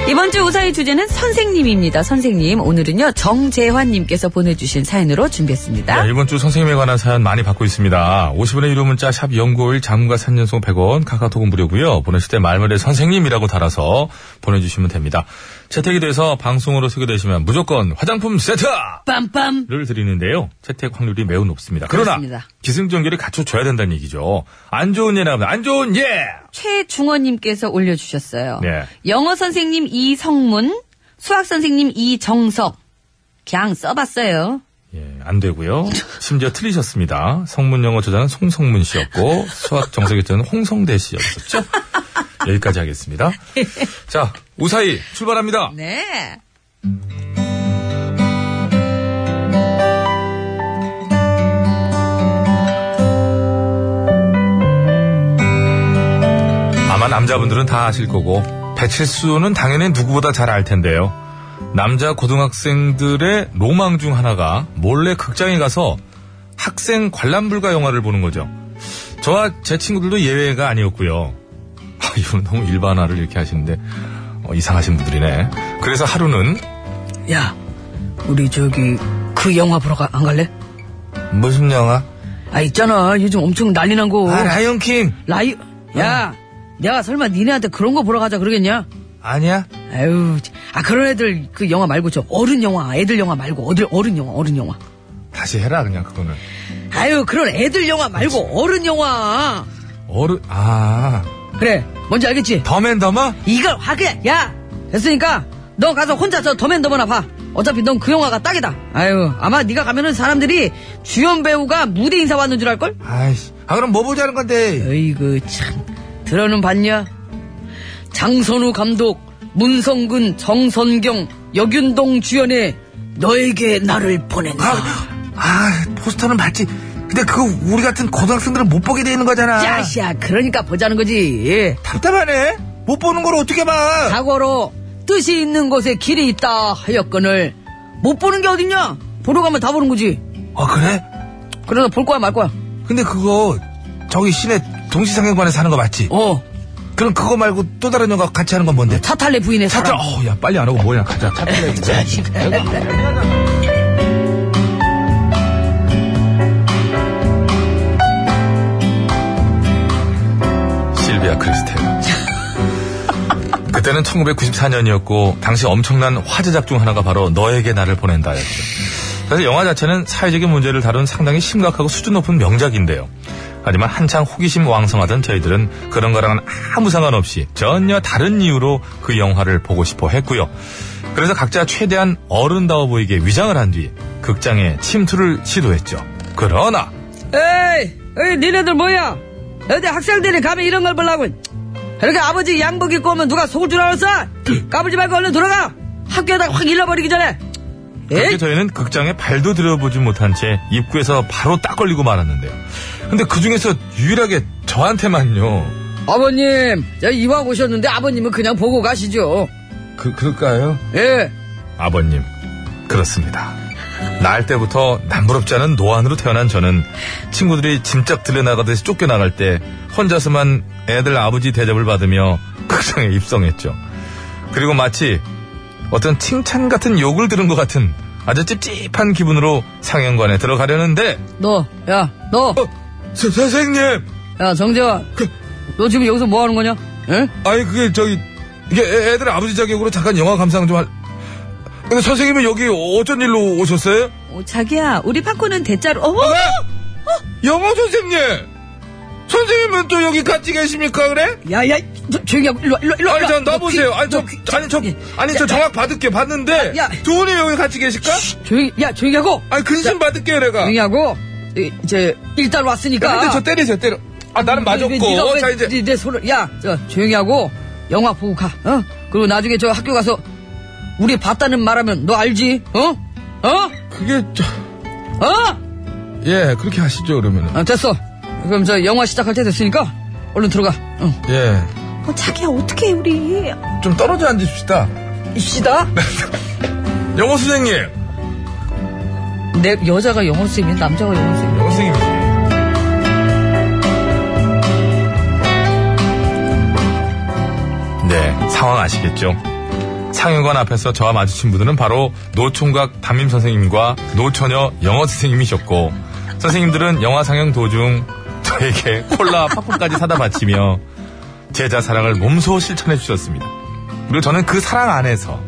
C: 이번 주 우사의 주제는 선생님입니다. 선생님. 오늘은요, 정재환님께서 보내주신 사연으로 준비했습니다.
B: 네, 이번 주 선생님에 관한 사연 많이 받고 있습니다. 50원의 유료 문자 샵 연구일 장문과 3년송 100원 카카오톡은 무료고요. 보내실 때 말머리에 선생님이라고 달아서 보내주시면 됩니다. 채택이 돼서 방송으로 소개되시면 무조건 화장품 세트!
C: 빰빰.
B: 를 드리는데요. 채택 확률이 매우 높습니다. 그러나
C: 그렇습니다.
B: 기승전결이 갖춰줘야 된다는 얘기죠. 안 좋은 예나 합니다. 안 좋은 예!
C: 최중원님께서 올려주셨어요.
B: 네.
C: 영어 선생님 이성문, 수학 선생님 이정석. 그냥 써봤어요.
B: 예, 안 되고요. 심지어 틀리셨습니다. 성문 영어 저자는 송성문 씨였고 수학 정석의 저자는 홍성대 씨였었죠. 여기까지 하겠습니다. 자, 우사히 출발합니다.
C: 네.
B: 아마 남자분들은 다 아실 거고 배칠수는 당연히 누구보다 잘 알 텐데요. 남자 고등학생들의 로망 중 하나가 몰래 극장에 가서 학생 관람불가 영화를 보는 거죠. 저와 제 친구들도 예외가 아니었고요. 아, 이분 너무 일반화를 이렇게 하시는데 어, 이상하신 분들이네. 그래서 하루는
C: 야, 우리 저기 그 영화 보러 가, 안 갈래?
B: 무슨 영화?
C: 아 있잖아 요즘 엄청 난리 난 거.
B: 아 라이온킹 어.
C: 라이. 야, 내가 설마 니네한테 그런 거 보러 가자 그러겠냐?
B: 아니야?
C: 아유, 아 그런 애들 그 영화 말고 저 어른 영화, 애들 영화 말고 어들 어른 영화, 어른 영화.
B: 다시 해라 그냥 그거는.
C: 아유, 그런 애들 영화 말고 어른 영화.
B: 어른 아
C: 그래, 뭔지 알겠지?
B: 더맨더머?
C: 이걸 확인. 야, 됐으니까 너 가서 혼자 저 더맨더머나 봐. 어차피 넌 그 영화가 딱이다. 아유, 아마 네가 가면은 사람들이 주연 배우가 무대 인사 왔는 줄 알걸?
B: 아이씨 아 그럼 뭐 보자는 건데?
C: 어이구 참 들어는 봤냐? 장선우 감독, 문성근, 정선경, 여균동 주연의 너에게 나를 보낸다.
F: 아, 포스터는 봤지. 근데 그거 우리 같은 고등학생들은 못 보게 돼 있는 거잖아.
C: 짜시야 그러니까 보자는 거지.
F: 답답하네. 못 보는 걸 어떻게 봐.
C: 과거로 뜻이 있는 곳에 길이 있다 하였건을 못 보는 게 어딨냐? 보러 가면 다 보는 거지.
F: 아, 그래?
C: 그래서 볼 거야 말 거야.
F: 근데 그거 저기 시내 동시상영관에 사는 거 맞지?
C: 어,
F: 그럼 그거 말고 또 다른 영화 같이 하는 건 뭔데?
C: 차탈레 부인의
F: 차트,
C: 사랑.
F: 어우, 야, 빨리 안 하고 뭐냐. 가자. 차트.
B: 실비아 크리스텔. 그때는 1994년이었고 당시 엄청난 화제작 중 하나가 바로 너에게 나를 보낸다였죠. 사실 영화 자체는 사회적인 문제를 다룬 상당히 심각하고 수준 높은 명작인데요. 하지만 한창 호기심 왕성하던 저희들은 그런 거랑은 아무 상관없이 전혀 다른 이유로 그 영화를 보고 싶어 했고요. 그래서 각자 최대한 어른다워 보이게 위장을 한 뒤 극장에 침투를 시도했죠. 그러나
C: 에이, 에이, 니네들 뭐야? 어디 학생들이 가면 이런 걸 보려고. 이렇게 아버지 양복 입고 오면 누가 속을 줄 알았어? 까불지 말고 얼른 돌아가! 학교에다 확 잃어버리기 전에!
B: 그렇게
C: 에이,
B: 저희는 극장에 발도 들여보지 못한 채 입구에서 바로 딱 걸리고 말았는데요. 근데 그 중에서 유일하게 저한테만요.
C: 아버님, 저 이왕 오셨는데 아버님은 그냥 보고 가시죠.
B: 그, 그럴까요?
C: 예.
B: 아버님, 그렇습니다. 날 때부터 남부럽지 않은 노안으로 태어난 저는 친구들이 짐짝 들려나가듯이 쫓겨나갈 때 혼자서만 애들 아버지 대접을 받으며 극장에 입성했죠. 그리고 마치 어떤 칭찬 같은 욕을 들은 것 같은 아주 찝찝한 기분으로 상영관에 들어가려는데
C: 너, 야, 너,
B: 서- 선생님!
C: 야, 정재환.
B: 그.
C: 너 지금 여기서 뭐 하는 거냐? 응?
B: 아니 그게 저기 이게 애- 애들 아버지 자격으로 잠깐 영화 감상 좀 할. 근데 선생님은 여기 어쩐 일로 오셨어요?
C: 자기야, 우리 팝콘은 대짜로, 어머!
B: 영어 선생님. 선생님은 또 여기 같이 계십니까 그래?
C: 야, 야, 너 조용히 하고, 일로, 와, 일로, 와, 일로. 와.
B: 아니 저
C: 너
B: 나보세요.
C: 귀-
B: 아니 저
C: 너 귀-
B: 아니 저
C: 예.
B: 아니 저 정확 받을게 봤는데
C: 야.
B: 두 분이 여기 같이 계실까?
C: 조용히, 야, 조용히 하고!
B: 아니 근심 받을게요 내가.
C: 조용히 하고, 이- 이제, 일단 왔으니까.
B: 근데 저 때리세요 때려. 아 나는
C: 왜- 왜 네가
B: 맞았고
C: 왜
B: 자 이제
C: 네, 내 손을, 야, 저, 조용히 하고, 영화 보고 가, 어? 그리고 나중에 저 학교 가서, 우리 봤다는 말하면 너 알지? 어? 어?
B: 그게 저...
C: 어?
B: 예 그렇게 하시죠 그러면은
C: 어, 됐어. 그럼 저 영화 시작할 때 됐으니까, 얼른 들어가, 응.
B: 예.
H: 어, 자기야, 어떡해, 우리.
B: 좀 떨어져 앉으십시다.
C: 입시다?
B: 영어 선생님.
C: 내 여자가 영어 쌤이 남자가 영어 쌤이
B: 영어 선생님이지. 네, 상황 아시겠죠? 상영관 앞에서 저와 마주친 분들은 바로 노총각 담임 선생님과 노처녀 영어 선생님이셨고 선생님들은 영화 상영 도중 저에게 콜라 팝콘까지 사다 바치며 제자 사랑을 몸소 실천해 주셨습니다. 그리고 저는 그 사랑 안에서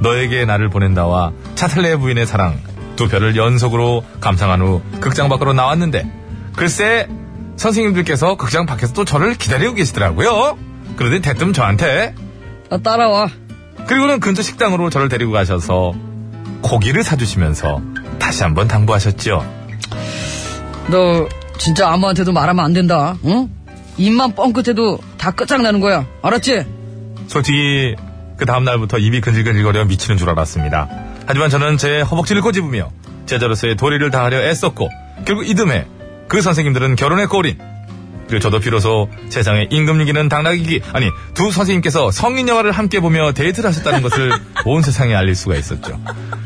B: 너에게 나를 보낸다와 차탈레 부인의 사랑 두 편을 연속으로 감상한 후 극장 밖으로 나왔는데 글쎄 선생님들께서 극장 밖에서 또 저를 기다리고 계시더라고요. 그러더니 대뜸 저한테
C: 어, 따라와.
B: 그리고는 근처 식당으로 저를 데리고 가셔서 고기를 사주시면서 다시 한번 당부하셨죠.
C: 너 진짜 아무한테도 말하면 안 된다. 응? 입만 뻥끗해도 다 끝장나는 거야. 알았지?
B: 예. 솔직히 그 다음날부터 입이 근질근질거려 미치는 줄 알았습니다. 하지만 저는 제 허벅지를 꼬집으며 제자로서의 도리를 다하려 애썼고 결국 이듬해 그 선생님들은 결혼에 꼬린 그리고 저도 비로소 세상의 임금 이기는 당나귀기 아니 두 선생님께서 성인 영화를 함께 보며 데이트를 하셨다는 것을 온 세상에 알릴 수가 있었죠.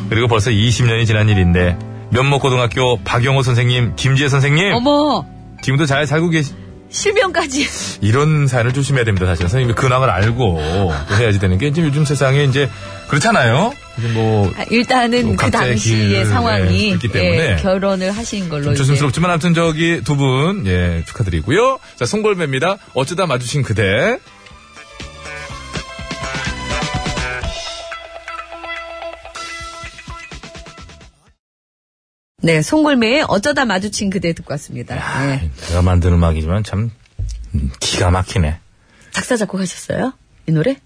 B: 그리고 벌써 20년이 지난 일인데 면목고등학교 박영호 선생님, 김지혜 선생님
C: 어머,
B: 지금도 잘 살고 계시
C: 실명까지.
B: 이런 사연을 조심해야 됩니다. 사실 선생님이 근황을 알고 또 해야지 되는 게 이제 요즘 세상에 이제 그렇잖아요. 이제 뭐
C: 아, 일단은
B: 어,
C: 그
B: 각자의
C: 당시의
B: 길을,
C: 상황이
B: 예, 있기
C: 예,
B: 때문에.
C: 결혼을 하신 걸로
B: 좀 조심스럽지만 아무튼 저기 두 분 예, 축하드리고요. 자 송골배입니다. 어쩌다 마주친 그대.
C: 이제. 네, 송골매의 어쩌다 마주친 그대 듣고 왔습니다. 예.
B: 제가 만든 음악이지만 참 음, 기가 막히네.
C: 작사 작곡하셨어요? 이 노래?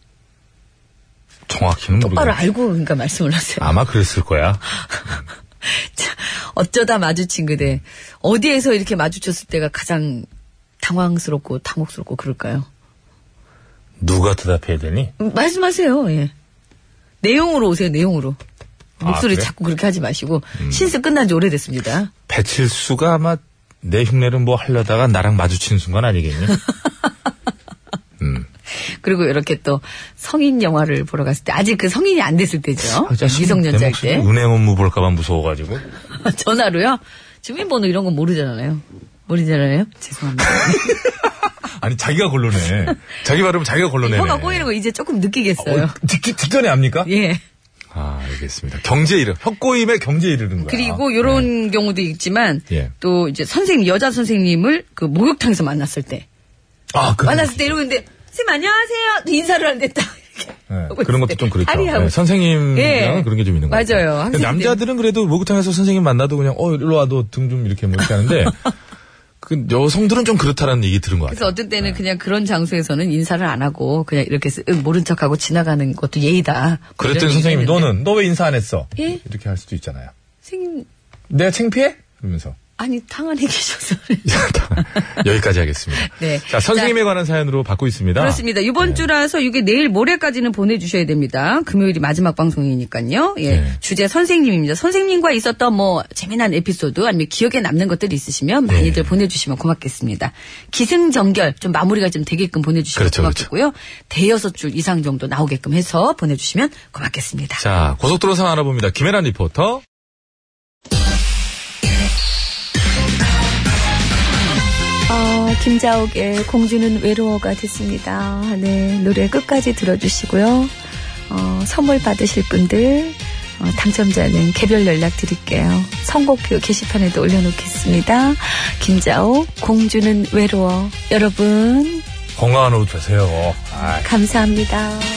B: 정확히는
C: 바로
B: 모르겠네.
C: 알고 그러니까 말씀을 하세요.
B: 아마 그랬을 거야.
C: 자, 어쩌다 마주친 그대 어디에서 이렇게 마주쳤을 때가 가장 당황스럽고 당혹스럽고 그럴까요?
B: 누가 대답해야 되니?
C: 음, 말씀하세요. 예. 내용으로 오세요. 내용으로. 목소리
B: 아, 그래? 음.
C: 자꾸 그렇게 하지 마시고 신스 끝난 지 오래됐습니다.
B: 배칠수가 아마 내 흉내를 뭐 하려다가 나랑 마주친 순간 아니겠니? 그러니까
C: 그리고 이렇게 또 성인 영화를 보러 갔을 때 아직 그 성인이 안 됐을
B: 아,
C: 때죠. 미성년자일 때
B: 은행 업무 볼까봐 무서워가지고.
C: 전화로요. 주민번호 이런 건 모르잖아요. 모르잖아요. 죄송합니다.
B: 어, 아니 자기가 걸러내. 자기 발음 자기가 걸러내네.
C: 뭐가 꼬이는 거 이제 조금 느끼겠어요.
B: 어, 듣기 직전에 압니까?
C: 예.
B: 아 알겠습니다. 경제 이름. 혀꼬임에 경제 이르는 거야.
C: 그리고 요런 경우도 있지만
B: 네. 예.
C: 또 이제 선생님 여자 선생님을 그 목욕탕에서 만났을 때
B: 아 그,
C: 만났을 때 이러고 있는데 선생님 안녕하세요 인사를 하는데 딱 이렇게
B: 예,
C: 하고
B: 그런
C: 있을
B: 것도
C: 때
B: 좀 그렇죠.
C: 아리하고
B: 예, 선생님이랑
C: 예.
B: 그런 게 좀 있는 거 같아요.
C: 맞아요. 항상
B: 남자들은 그래도 목욕탕에서 선생님 만나도 그냥 어 일로 와도 등 좀 이렇게 뭐 이렇게 하는데 그 여성들은 좀 그렇다라는 얘기 들은 것 같아요.
C: 그래서 어떤
B: 네.
C: 때는 그냥 그런 장소에서는 인사를 안 하고 그냥 이렇게 쓱 모른 척하고 지나가는 것도 예의다. 뭐
B: 그랬더니
C: 이런
B: 선생님이
C: 얘기가 있는데.
B: 너는 너 왜 인사 안 했어?
C: 예?
B: 이렇게 할 수도 있잖아요.
C: 선생님
B: 내가 창피해? 그러면서
C: 아니 탕 안에 계셔서
B: 여기까지 하겠습니다.
C: 네.
B: 자 선생님에 관한 사연으로 받고 있습니다. 네.
C: 그렇습니다. 이번 주라서 이게 내일 모레까지는 보내주셔야 됩니다. 금요일이 마지막 방송이니까요. 예.
B: 네.
C: 주제 선생님입니다. 선생님과 있었던 뭐 재미난 에피소드 아니면 기억에 남는 것들이 있으시면
B: 네.
C: 많이들 보내주시면 고맙겠습니다. 기승전결 좀 마무리가 좀 되게끔 보내주시면
B: 그렇죠, 그렇죠.
C: 고맙겠고요. 대여섯 줄 이상 정도 나오게끔 해서 보내주시면 고맙겠습니다.
B: 자 고속도로 상황 알아봅니다. 김혜란 리포터.
K: 어, 김자옥의 공주는 외로워가 됐습니다. 네, 노래 끝까지 들어주시고요. 어, 선물 받으실 분들, 어, 당첨자는 개별 연락 드릴게요. 선곡표 게시판에도 올려놓겠습니다. 김자옥, 공주는 외로워. 여러분,
B: 건강한 오후 되세요. 아,
K: 감사합니다.